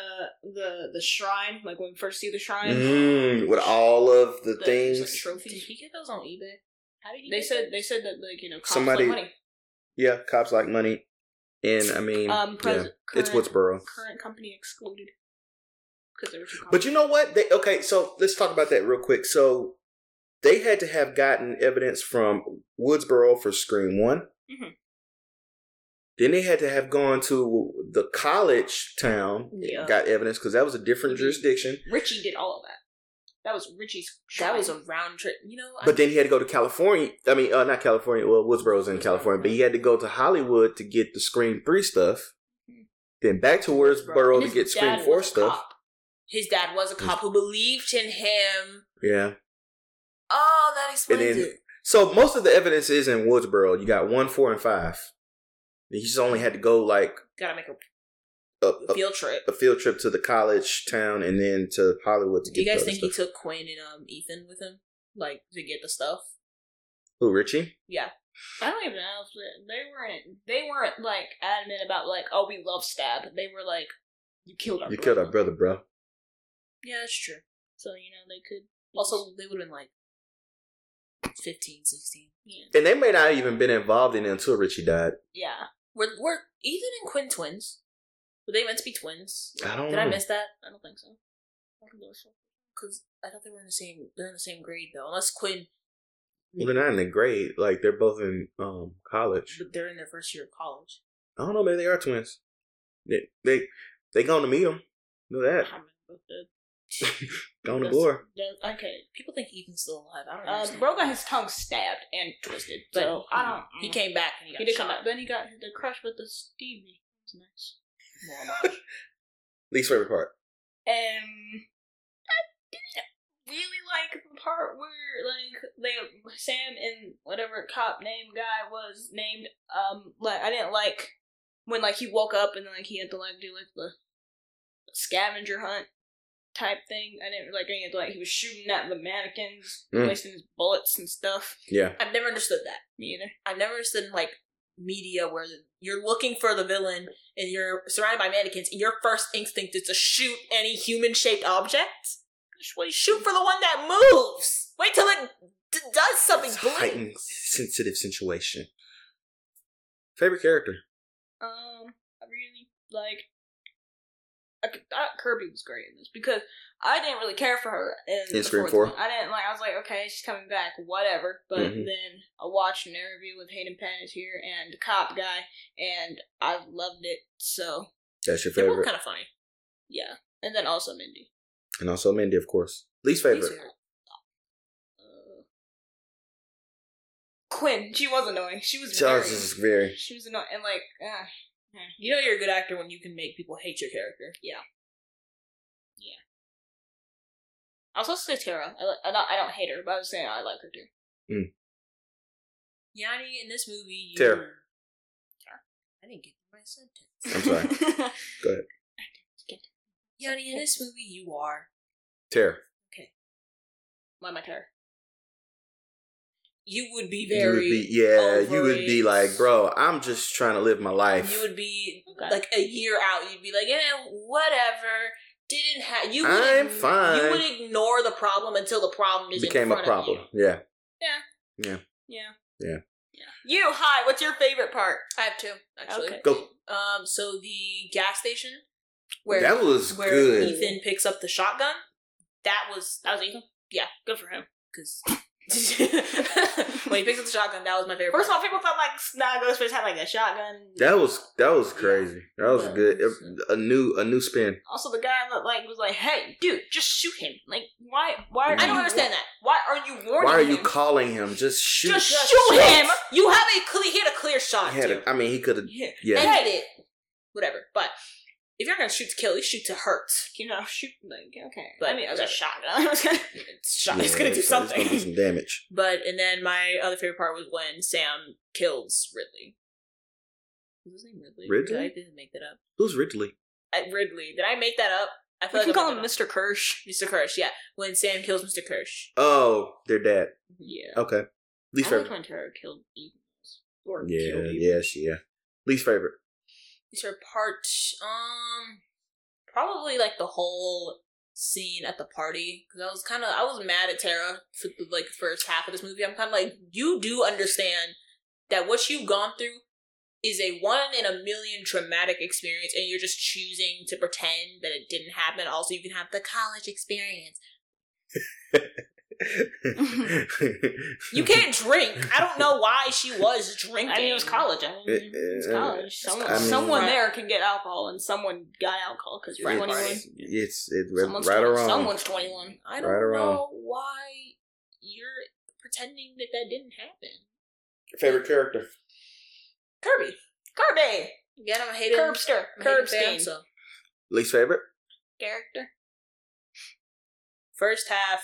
Speaker 2: the the shrine, like when we first see the shrine,
Speaker 1: Mm, with all of the
Speaker 2: the- there's, like,
Speaker 1: things.
Speaker 3: Did
Speaker 2: trophies.
Speaker 3: he get those on eBay? How did he?
Speaker 2: They
Speaker 3: get
Speaker 2: said they said that like you know cops
Speaker 1: Somebody-
Speaker 2: like money.
Speaker 1: Yeah, cops like money. And I mean,
Speaker 2: Um, pres-
Speaker 1: yeah,
Speaker 2: current,
Speaker 1: it's Woodsboro.
Speaker 2: current company excluded because there were two.
Speaker 1: But you know what? They okay. So let's talk about that real quick. So they had to have gotten evidence from Woodsboro for Scream One.
Speaker 2: Mhm.
Speaker 1: Then they had to have gone to the college town,
Speaker 3: Yeah.
Speaker 1: got evidence because that was a different jurisdiction.
Speaker 2: Richie did all of that. That was Richie's.
Speaker 3: that
Speaker 2: shrine.
Speaker 3: was a round trip. You know, I-
Speaker 1: But then he had to go to California. I mean, uh, not California. Well, Woodsboro's in California, but he had to go to Hollywood to get the Scream Three stuff. Then back to Woodsboro
Speaker 2: And
Speaker 1: to
Speaker 2: Mm-hmm. his
Speaker 1: get
Speaker 2: dad
Speaker 1: Scream
Speaker 2: was
Speaker 1: Four
Speaker 2: a
Speaker 1: stuff.
Speaker 2: cop.
Speaker 3: his dad was a cop who believed in him.
Speaker 1: Yeah.
Speaker 3: Oh, that explains
Speaker 1: And then-
Speaker 3: it.
Speaker 1: So most of the evidence is in Woodsboro. You got one, four, and five. He just only had to go like
Speaker 3: Gotta make a
Speaker 1: a, a,
Speaker 3: field trip.
Speaker 1: a field trip to the college town and then to Hollywood to get.
Speaker 3: Do you
Speaker 1: the
Speaker 3: guys think
Speaker 1: other
Speaker 3: he
Speaker 1: stuff.
Speaker 3: took Quinn and um Ethan with him, like to get the stuff?
Speaker 1: Who Richie?
Speaker 3: Yeah,
Speaker 2: I don't even know. If they- they weren't. They weren't like adamant about like, oh, we love stab. They were like, you killed our.
Speaker 1: You killed our
Speaker 2: brother.
Speaker 1: brother, bro.
Speaker 3: yeah, that's true.
Speaker 2: So you know they could.
Speaker 3: Also, they would have been like 15, 16.
Speaker 2: yeah,
Speaker 1: And they may not even been involved in it until Richie died.
Speaker 2: yeah.
Speaker 3: Were were Ethan and Quinn twins? Were they meant to be twins?
Speaker 1: I don't.
Speaker 3: Did
Speaker 1: know.
Speaker 3: I miss that?
Speaker 2: I don't think so. I don't think so.
Speaker 3: Because I thought they were in the same. They're in the same grade though, unless Quinn.
Speaker 1: Well, they're not in the grade. Like they're both in um college.
Speaker 3: But they're in their first year of college.
Speaker 1: I don't know. Maybe they are twins. They they they going to meet him. Know that.
Speaker 2: I remember the-
Speaker 1: Going to
Speaker 2: that's-
Speaker 1: gore.
Speaker 2: that- Okay.
Speaker 3: People think Ethan's still alive. I don't know.
Speaker 2: Uh, bro got his tongue stabbed and twisted,
Speaker 3: But
Speaker 2: so I don't. mm.
Speaker 3: He came back and he got
Speaker 2: He did
Speaker 3: shot.
Speaker 2: come back. Then he got the crush with the Stevie. It's nice.
Speaker 1: Least favorite part.
Speaker 2: Um, I didn't really like the part where like they Sam and whatever cop name guy was named. Um, like I didn't like when like he woke up and like he had to like do like the scavenger hunt type thing. I didn't like any of like he was shooting at the mannequins,
Speaker 1: Mm.
Speaker 2: placing his bullets and stuff.
Speaker 1: Yeah.
Speaker 3: I've never understood that.
Speaker 2: Me either.
Speaker 3: I've never understood like media where you're looking for the villain and you're surrounded by mannequins and your first instinct is to shoot any human shaped object.
Speaker 2: Just what he
Speaker 3: Shoot
Speaker 2: shoot.
Speaker 3: for the one that moves. Wait till it d- does something.
Speaker 1: It's a
Speaker 3: blatant.
Speaker 1: heightened sensitive situation. Favorite character.
Speaker 2: Um, I really like. I c- thought Kirby was great in this because I didn't really care for her in,
Speaker 1: In Scream
Speaker 2: the fourth
Speaker 1: four?
Speaker 2: one. I didn't like. I was like, okay, she's coming back, whatever. But
Speaker 1: Mhm.
Speaker 2: then I watched an interview with Hayden Panettiere and the cop guy, and I loved it. So
Speaker 1: That's your
Speaker 3: They're both
Speaker 1: favorite.
Speaker 3: kind of funny.
Speaker 2: yeah, and then also Mindy.
Speaker 1: and also Mindy, of course. Least favorite.
Speaker 3: These are-
Speaker 2: Uh, Quinn, she was annoying. She was very.
Speaker 1: Charles is very.
Speaker 2: She was annoying, and like,
Speaker 3: ah,
Speaker 2: uh,
Speaker 3: You know you're a good actor when you can make people hate your character.
Speaker 2: yeah, yeah. I was also Tara. I, li- I don't. I don't hate her, but I was saying I like her too.
Speaker 3: Yanni, in this movie, you.
Speaker 1: Hmm. Tara.
Speaker 3: I didn't get my sentence.
Speaker 1: I'm sorry. Go ahead.
Speaker 3: Yanni, in this movie, you are.
Speaker 1: Tara.
Speaker 2: Why am I Tara?
Speaker 3: You would be
Speaker 1: You would
Speaker 3: very.
Speaker 1: be, yeah, you
Speaker 3: over
Speaker 1: would be
Speaker 3: it.
Speaker 1: like, bro, I'm just trying to live my life.
Speaker 3: You would be
Speaker 2: Okay.
Speaker 3: like a year out. You'd be like, eh, whatever. Didn't have you? Would
Speaker 1: I'm
Speaker 3: ign-
Speaker 1: fine.
Speaker 3: You would ignore the problem until the problem is
Speaker 1: became
Speaker 3: in
Speaker 1: a
Speaker 3: front
Speaker 1: problem.
Speaker 3: Of you.
Speaker 1: Yeah.
Speaker 2: Yeah.
Speaker 1: Yeah.
Speaker 2: Yeah. You, hi, what's your favorite part?
Speaker 3: I have two actually.
Speaker 2: Okay.
Speaker 1: Go.
Speaker 3: Um, so the gas station where
Speaker 1: that was
Speaker 3: where
Speaker 1: good.
Speaker 3: Ethan picks up the shotgun. That was
Speaker 2: That was Ethan.
Speaker 3: yeah,
Speaker 2: Good for him.
Speaker 3: because when he picks up the shotgun, that was my favorite.
Speaker 2: First
Speaker 3: part.
Speaker 2: of all, people thought like Snot Ghostface had like a shotgun.
Speaker 1: That was that was crazy. That was
Speaker 2: Yeah.
Speaker 1: good. A new a new spin.
Speaker 2: also the guy that like was like, "Hey, dude, just shoot him!" Like, why? Why?
Speaker 1: I
Speaker 3: I don't understand that.
Speaker 2: Why are you warning?
Speaker 1: Why are you
Speaker 2: him?
Speaker 1: calling him? Just shoot.
Speaker 2: Just shoot him.
Speaker 3: You have a clear, he had a clear shot.
Speaker 1: He had
Speaker 3: dude.
Speaker 1: a- I mean, he could have.
Speaker 2: Yeah.
Speaker 1: Yeah.
Speaker 3: Ended it. Whatever. But if you're gonna shoot to kill, you shoot to hurt.
Speaker 2: You know, shoot. Like, okay.
Speaker 3: But
Speaker 2: I mean, it was a
Speaker 3: whatever.
Speaker 2: shotgun.
Speaker 3: It's shot.
Speaker 1: Yeah,
Speaker 3: it's gonna do
Speaker 1: it's gonna-
Speaker 3: something.
Speaker 1: It's gonna do some damage.
Speaker 3: But and then my other favorite part was when Sam kills Ridley. Was his name Ridley?
Speaker 1: Ridley?
Speaker 3: Did I didn't make that up.
Speaker 1: Who's Ridley?
Speaker 3: At Ridley. Did I make that up? I feel
Speaker 2: we can
Speaker 3: like I
Speaker 2: call
Speaker 3: made
Speaker 2: him
Speaker 3: that
Speaker 2: Mr. Kirsch.
Speaker 3: up. Mr. Kirsch. Yeah, when Sam kills Mr. Kirsch.
Speaker 1: Oh, their dad.
Speaker 2: Yeah.
Speaker 1: Okay. Least
Speaker 2: I like
Speaker 1: favorite.
Speaker 2: when Tara killed Ethan. Or
Speaker 1: Yeah.
Speaker 2: killed Ethan.
Speaker 1: Yeah. She. Yeah. Least favorite.
Speaker 3: These are part um probably like the whole scene at the party because I was kind of I was mad at Tara for the, like first half of this movie. I'm kind of like, you do understand that what you've gone through is a one in a million traumatic experience, and you're just choosing to pretend that it didn't happen. Also, you can have the college experience. You can't drink. I don't know why she was drinking.
Speaker 2: I mean, it was college. I mean,
Speaker 1: Yeah,
Speaker 2: it's
Speaker 1: yeah,
Speaker 2: college. Someone,
Speaker 1: uh, I mean-
Speaker 2: someone there can get alcohol, and someone got alcohol because you're
Speaker 1: Right.
Speaker 2: 21.
Speaker 1: It's it,
Speaker 2: Someone's
Speaker 1: right
Speaker 2: 20
Speaker 1: or wrong.
Speaker 2: Someone's 21.
Speaker 3: I don't
Speaker 1: Right or wrong.
Speaker 3: know why you're pretending that that didn't happen.
Speaker 1: Favorite character.
Speaker 3: Kirby. Kirby. Again, I'm a hater.
Speaker 2: Curbster. Curbstein.
Speaker 3: So
Speaker 1: Least favorite?
Speaker 2: Character.
Speaker 3: first half,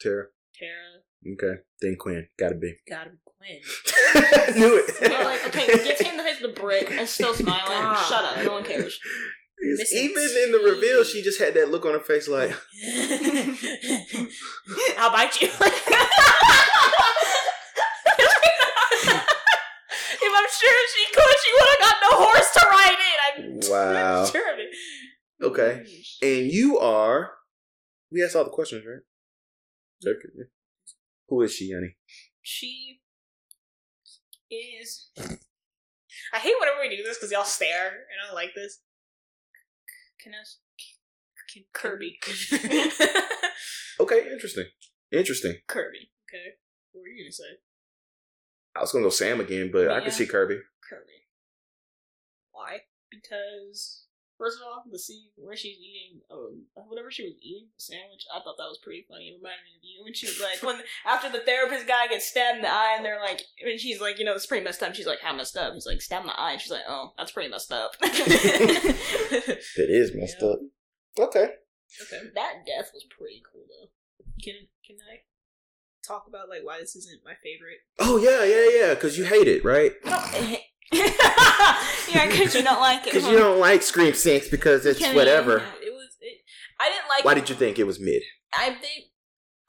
Speaker 1: Tara.
Speaker 3: Tara
Speaker 1: Okay. Then Quinn. Gotta be.
Speaker 3: gotta be Quinn.
Speaker 1: Knew it.
Speaker 2: You're like, okay, gets hit in the face with a brick and still smiling.
Speaker 3: God.
Speaker 2: Shut up. No one cares.
Speaker 1: Because
Speaker 3: Missing
Speaker 1: Even in the
Speaker 3: teeth.
Speaker 1: reveal, she just had that look on her face like,
Speaker 3: I'll bite you. if I'm sure if she could, she would have got no horse to ride in. I'm
Speaker 1: wow.
Speaker 3: sure of it.
Speaker 1: Okay. And you are. We asked all the questions, right? Okay. Who is she, Yanni?
Speaker 2: She is
Speaker 3: I hate whenever we do this because y'all stare, and I don't like this.
Speaker 2: can I, can Kirby.
Speaker 1: Okay, interesting. Interesting.
Speaker 2: Kirby.
Speaker 3: Okay. What were you gonna say?
Speaker 1: I was gonna go Sam again, but I
Speaker 2: Yeah.
Speaker 1: could see Kirby.
Speaker 2: Kirby. Why? Because first of all, the scene where she's eating um, whatever she was eating, the sandwich, I thought that was pretty funny. It reminded me of you when she was like when after the therapist guy gets stabbed in the eye and they're like and she's like, you know, it's pretty messed up. She's like, How messed up? He's like, stab in the eye and she's like, Oh, that's pretty messed up. that
Speaker 1: That is messed
Speaker 2: Yeah.
Speaker 1: up. Okay.
Speaker 2: death was pretty cool though.
Speaker 3: Can can I talk about like why this isn't my favorite?
Speaker 1: Oh yeah, yeah, yeah. Because you hate it, right?
Speaker 2: yeah, because you don't like it.
Speaker 1: Because you
Speaker 2: huh?
Speaker 1: don't like Scream Six because it's
Speaker 2: Can-
Speaker 1: whatever.
Speaker 3: It was. It, I didn't like.
Speaker 1: Why did you think it was mid?
Speaker 3: I think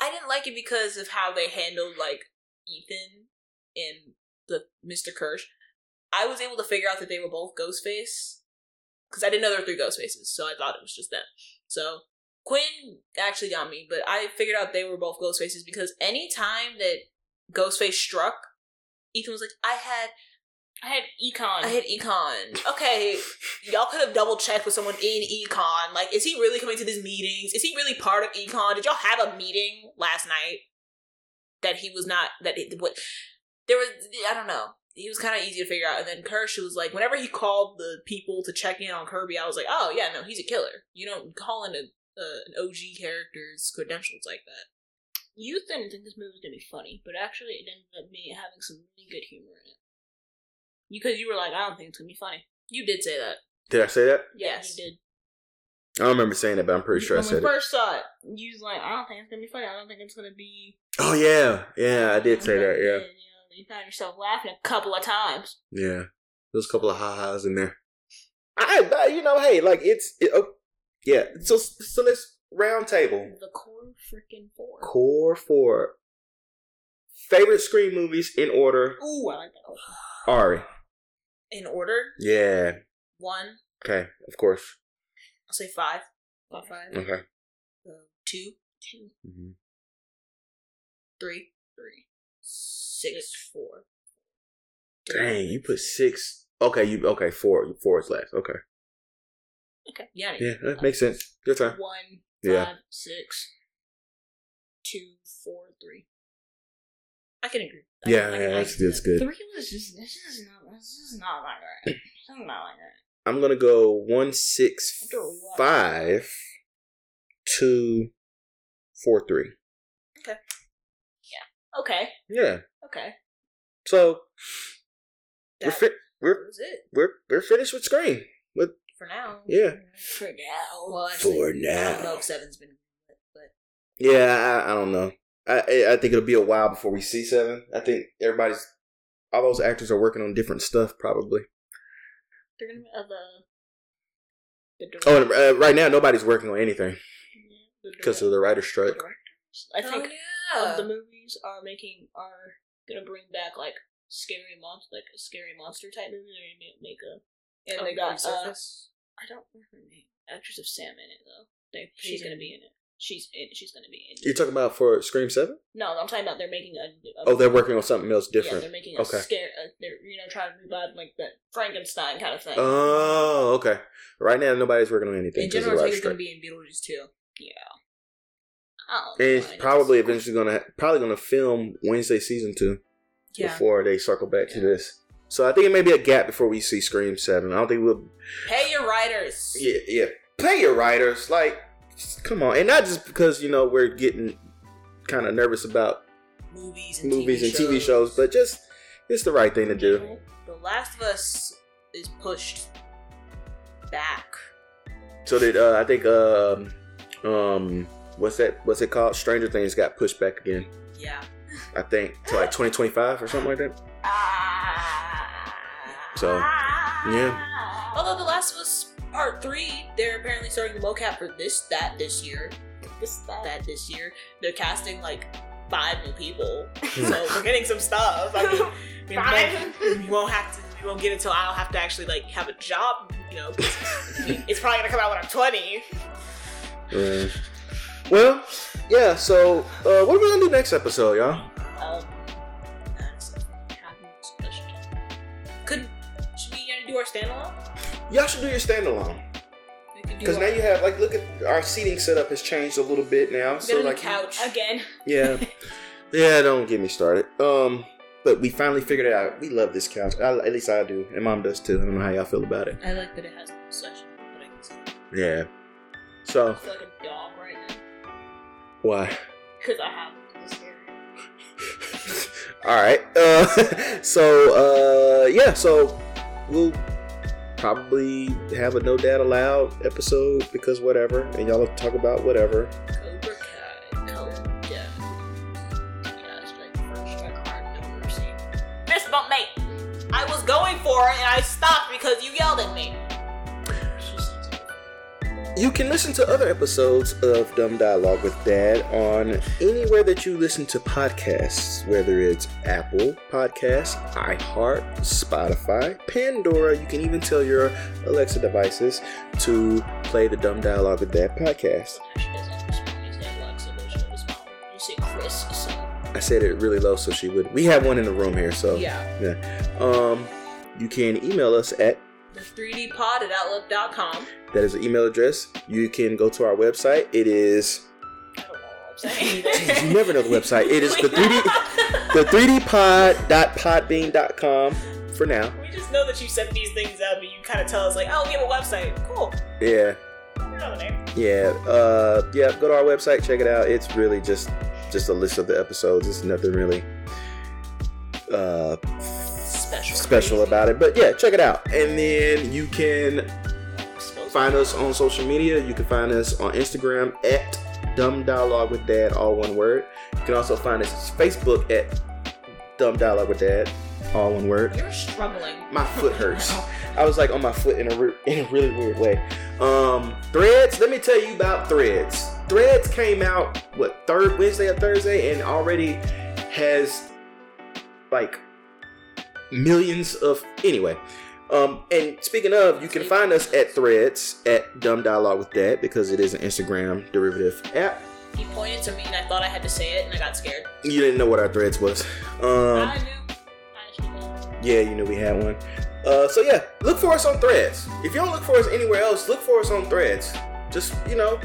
Speaker 3: I didn't like it because of how they handled like Ethan and the Mr. Kirsch. I was able to figure out that they were both Ghostface because I didn't know there were three Ghostfaces, so I thought it was just them. So Quinn actually got me, but I figured out they were both Ghostfaces because any time that Ghostface struck, Ethan was like, "I had
Speaker 2: I had econ.
Speaker 3: I hit econ. Okay, y'all could have double checked with someone in econ. Like, is he really coming to these meetings? Is he really part of econ? Did y'all have a meeting last night that he was not? That it, what there was? I don't know. He was kind of easy to figure out. And then Kirsch was like, whenever he called the people to check in on Kirby, I was like, oh yeah, no, he's a killer. You don't call in a, uh, an OG character's credentials like that.
Speaker 2: you didn't think this movie was gonna be funny, but actually it ended up me having some really good humor in it. Because you were like, I don't think it's gonna be funny.
Speaker 3: You did say that.
Speaker 1: Did I say that?
Speaker 3: Yes.
Speaker 2: you
Speaker 1: I
Speaker 2: did.
Speaker 1: don't remember saying that, but I'm pretty sure I
Speaker 2: when we
Speaker 1: said it.
Speaker 2: first saw it, you was like, I don't think it's gonna be funny. I don't think it's gonna be.
Speaker 1: Oh yeah, yeah. I did say that.
Speaker 2: You,
Speaker 1: Yeah,
Speaker 2: know, you found yourself laughing a couple of times.
Speaker 1: yeah. There's a couple of ha ha's in there. I, I- you know, hey, like it's, it, oh, yeah. So, so let's round table.
Speaker 2: The core freaking four.
Speaker 1: Core four. Favorite screen movies in order.
Speaker 2: Ooh, I like that. one.
Speaker 1: Ari.
Speaker 3: In order,
Speaker 1: Yeah.
Speaker 3: one,
Speaker 1: Okay. Of course.
Speaker 3: I'll say five. Five, five.
Speaker 1: Okay.
Speaker 3: Uh, two, two,
Speaker 1: hmm
Speaker 3: three, three, six, four.
Speaker 1: Dang, you put six. Okay, you okay? Four, four is last. Okay,
Speaker 2: Okay.
Speaker 3: Yeah.
Speaker 1: yeah, that makes sense. Your turn.
Speaker 2: One,
Speaker 1: Yeah.
Speaker 2: five, six, two, four, three.
Speaker 3: I can agree. I
Speaker 1: Yeah,
Speaker 3: can- I
Speaker 1: yeah,
Speaker 3: can- I
Speaker 1: that's,
Speaker 3: can-
Speaker 1: that's good.
Speaker 2: Three was just. This is not. This is not like that. This is not like that.
Speaker 1: I'm gonna go one, six, five, two, four, three.
Speaker 2: Okay.
Speaker 1: Yeah.
Speaker 2: Okay.
Speaker 1: So we're
Speaker 3: That
Speaker 1: fi- we're
Speaker 3: was it
Speaker 1: we're we're finished with Scream. With
Speaker 3: for now.
Speaker 1: yeah,
Speaker 2: For now.
Speaker 3: Well, actually,
Speaker 1: for
Speaker 3: I don't know
Speaker 1: now.
Speaker 3: if seven's been, but but
Speaker 1: Yeah, I, I don't know. I I- I think it'll be a while before we see seven. I think everybody's all those actors are working on different stuff probably.
Speaker 2: They're gonna uh, the the director.
Speaker 1: Oh, and, uh, right now nobody's working on anything because of the writer's
Speaker 2: the
Speaker 1: strike.
Speaker 2: directors. I think
Speaker 3: oh, yeah.
Speaker 2: of the movies are making are gonna bring back like scary monster like a scary monster type movie. They're gonna make a and
Speaker 3: Oh,
Speaker 2: they got uh,
Speaker 3: resurface.
Speaker 2: I don't remember her name. Actress of Sam in it though. They,
Speaker 3: She's
Speaker 2: she's gonna
Speaker 3: in
Speaker 2: be in it. She's in. She's gonna be in.
Speaker 1: You're talking about for Scream Seven?
Speaker 2: No, I'm talking about they're making a. a
Speaker 1: Oh, they're working on something else
Speaker 2: Yeah,
Speaker 1: different.
Speaker 2: they're making a
Speaker 1: Okay.
Speaker 2: scare. A, they're you know trying to revive like that Frankenstein kind of thing.
Speaker 1: Oh, okay. Right now, nobody's working on anything.
Speaker 3: And Jenna
Speaker 1: 'cause of
Speaker 3: Ortega's gonna
Speaker 1: Lifestrike.
Speaker 3: be in Beetlejuice too.
Speaker 2: Oh,
Speaker 1: And it's Eh, probably eventually gonna probably gonna film Wednesday season two
Speaker 3: Yeah.
Speaker 1: before they circle back to this. So I think it may be a gap before we see Scream Seven. I don't think we'll.
Speaker 3: Pay your writers.
Speaker 1: Yeah, yeah. Pay your writers, like, just come on, and not just because you know we're getting kind of nervous about
Speaker 3: Movies and
Speaker 1: movies
Speaker 3: TV
Speaker 1: and TV shows, but just it's the right thing to do.
Speaker 3: The Last of Us is pushed back.
Speaker 1: So that uh, I think um um what's that what's it called? Stranger Things got pushed back again.
Speaker 3: Yeah.
Speaker 1: I think to like 2025 or something like that. So yeah,
Speaker 2: Oh,
Speaker 3: Although The Last of Us Part Three, they're apparently starting the mocap for this that this year. This that, this year. They're casting like five new people,
Speaker 1: Hmm.
Speaker 3: so we're getting some stuff. I mean, we won't, we won't have to. We won't get until I'll have to actually like have a job. You know, it's probably gonna come out when I'm 20.
Speaker 1: Right. uh, Well, yeah. So uh, what are we gonna do next episode, y'all?
Speaker 3: Um, that's a question. Could should we uh, do our standalone?
Speaker 1: Y'all should do your standalone
Speaker 3: We could do
Speaker 1: because
Speaker 3: our-
Speaker 1: now you have like look at our seating setup has changed a little bit now.
Speaker 3: we got
Speaker 1: so
Speaker 3: a new
Speaker 1: like
Speaker 3: couch.
Speaker 2: again.
Speaker 1: yeah, yeah. Don't get me started. Um. But we finally figured it out. We love this couch. I, at least I do. And mom does too. I don't know how y'all feel about it.
Speaker 3: I like that it has such. But I can see
Speaker 1: Yeah. So,
Speaker 2: I feel like a dog right now
Speaker 1: why?
Speaker 2: because I have this area.
Speaker 1: All right. Uh, so uh, yeah. So we'll probably have a no dad allowed episode because whatever, and y'all will talk about whatever.
Speaker 2: Cobra Kai. Cobra Kai. Yeah, it's like first strike hard, no mercy.
Speaker 3: Fist bump, mate. I was going for it and I stopped because you yelled at me.
Speaker 2: It's just-
Speaker 1: You can listen to other episodes of Dumb Dialogue with Dad on anywhere that you listen to podcasts, whether it's Apple Podcasts, iHeart, Spotify, Pandora. You can even tell your Alexa devices to play the Dumb Dialogue with Dad podcast.
Speaker 2: She doesn't respond. You say Alexa, but she doesn't respond. You say Chris, so
Speaker 1: I said it really low so she would. We have one in the room here, so
Speaker 3: Yeah.
Speaker 1: um, you can email us at
Speaker 3: The 3D pod at outlook.com.
Speaker 1: that is the email address. You can go to our website. It is
Speaker 2: I don't know what I'm
Speaker 1: geez,
Speaker 2: saying.
Speaker 1: you never know the website. It is the three D the three D pod dot podbean.com for now.
Speaker 3: We just know that you set these things up and you kind of tell us, like, oh, we have a website. Cool.
Speaker 1: Yeah,
Speaker 3: We know the name.
Speaker 1: yeah, uh, yeah. Go to our website, check it out. It's really just just a list of the episodes. It's nothing really uh
Speaker 2: Special.
Speaker 1: special about it, but yeah, check it out. And then you can find us on social media. You can find us on Instagram at Dumb Dialogue with Dad, all one word. You can also find us Facebook at Dumb Dialogue with Dad, all one word.
Speaker 3: You're struggling.
Speaker 1: My foot hurts. I was like on my foot in a re- in a really weird way. Um, Threads. Let me tell you about Threads. Threads came out what third Wednesday or Thursday, and already has like millions of anyway. Um, and speaking of, you can find us at Threads at Dumb Dialogue with Dad because it is an Instagram derivative app.
Speaker 3: He pointed to me and I thought I had to say it and I got scared.
Speaker 1: You didn't know what our Threads was. Um,
Speaker 2: I knew. I should know.
Speaker 1: Yeah, you knew we had one. Uh, so yeah, look for us on Threads. If you don't look for us anywhere else, look for us on Threads. Just you know,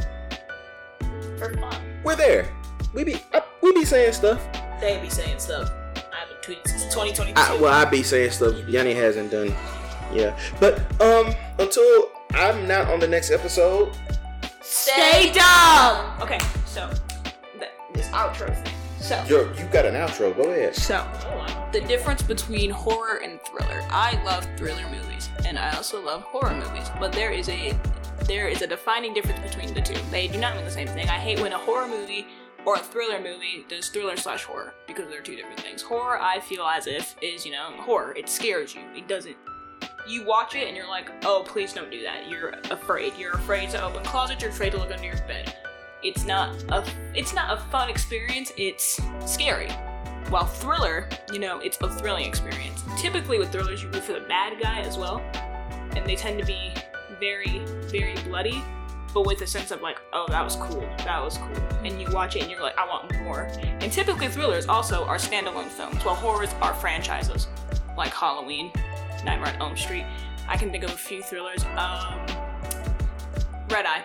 Speaker 2: For fun.
Speaker 1: we're there. We be I, we be saying stuff.
Speaker 3: They be saying stuff. I haven't tweeted since 2022.
Speaker 1: I, well, I be saying stuff. Yanni hasn't done. Yeah, but um, until I'm not on the next episode,
Speaker 2: Stay
Speaker 3: dumb! Okay, so.
Speaker 2: Th- This outro thing. So.
Speaker 1: you're, you got an outro. Go ahead.
Speaker 2: So, the difference between horror and thriller. I love thriller movies, and I also love horror movies, but there is a there is a defining difference between the two. They do not mean the same thing. I hate when a horror movie or a thriller movie does thriller slash horror because they're two different things. Horror, I feel as if is you know horror. It scares you. It doesn't. You watch it and you're like, oh, please don't do that. You're afraid. You're afraid to open closet. You're afraid to look under your bed. It's not a it's not a fun experience. It's scary. While thriller, you know, it's a thrilling experience. Typically with thrillers, you root for the bad guy as well, and they tend to be
Speaker 3: very, very bloody, but with a sense of like, oh, that was cool, that was cool. And you watch it and you're like, I want more. And typically thrillers also are standalone films, while horrors are franchises, like Halloween, Nightmare on Elm Street. I can think of a few thrillers. Um, Red Eye,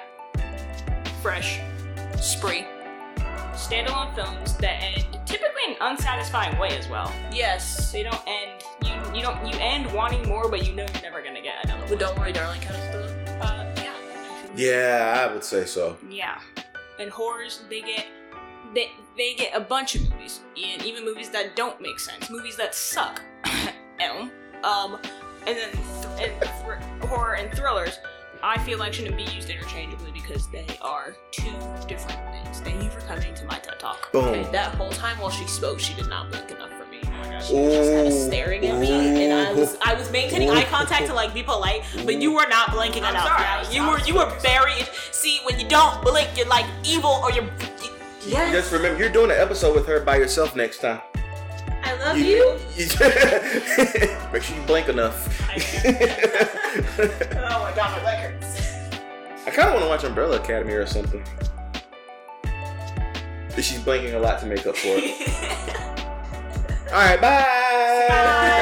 Speaker 3: Fresh, Spree. Standalone films that end typically in an unsatisfying way as well.
Speaker 2: Yes.
Speaker 3: So you don't end you you don't you end wanting more, but you know you're never gonna get another.
Speaker 2: But don't worry, darling. Kind of thriller.
Speaker 3: one. Uh, yeah.
Speaker 1: Yeah, I would say so.
Speaker 3: Yeah. And horrors, they get they they get a bunch of movies, and even movies that don't make sense, movies that suck. Elm. Um, and then th- and thr- horror and thrillers, I feel like shouldn't be used interchangeably because they are two different things. Thank you for coming to my TED talk.
Speaker 2: Okay,
Speaker 1: Boom.
Speaker 2: that whole time while she spoke, she did not blink enough for me. She was just kind of
Speaker 1: Ooh.
Speaker 2: staring at me, and I was I was maintaining eye
Speaker 1: Ooh.
Speaker 2: contact to like be polite, but you were not blinking
Speaker 3: I'm
Speaker 2: enough.
Speaker 3: sorry,
Speaker 2: y'all.
Speaker 3: I was-
Speaker 2: you
Speaker 3: I
Speaker 2: were
Speaker 3: was
Speaker 2: you were very. See, when you don't blink, you're like evil or you're. Yes.
Speaker 1: Just remember, you're doing an episode with her by yourself next time.
Speaker 2: I love
Speaker 1: Make sure you blink enough.
Speaker 2: I
Speaker 1: I
Speaker 2: Oh my god, my leg hurts.
Speaker 1: kind of want to watch Umbrella Academy or something. But she's blinking a lot to make up for it. All right, bye.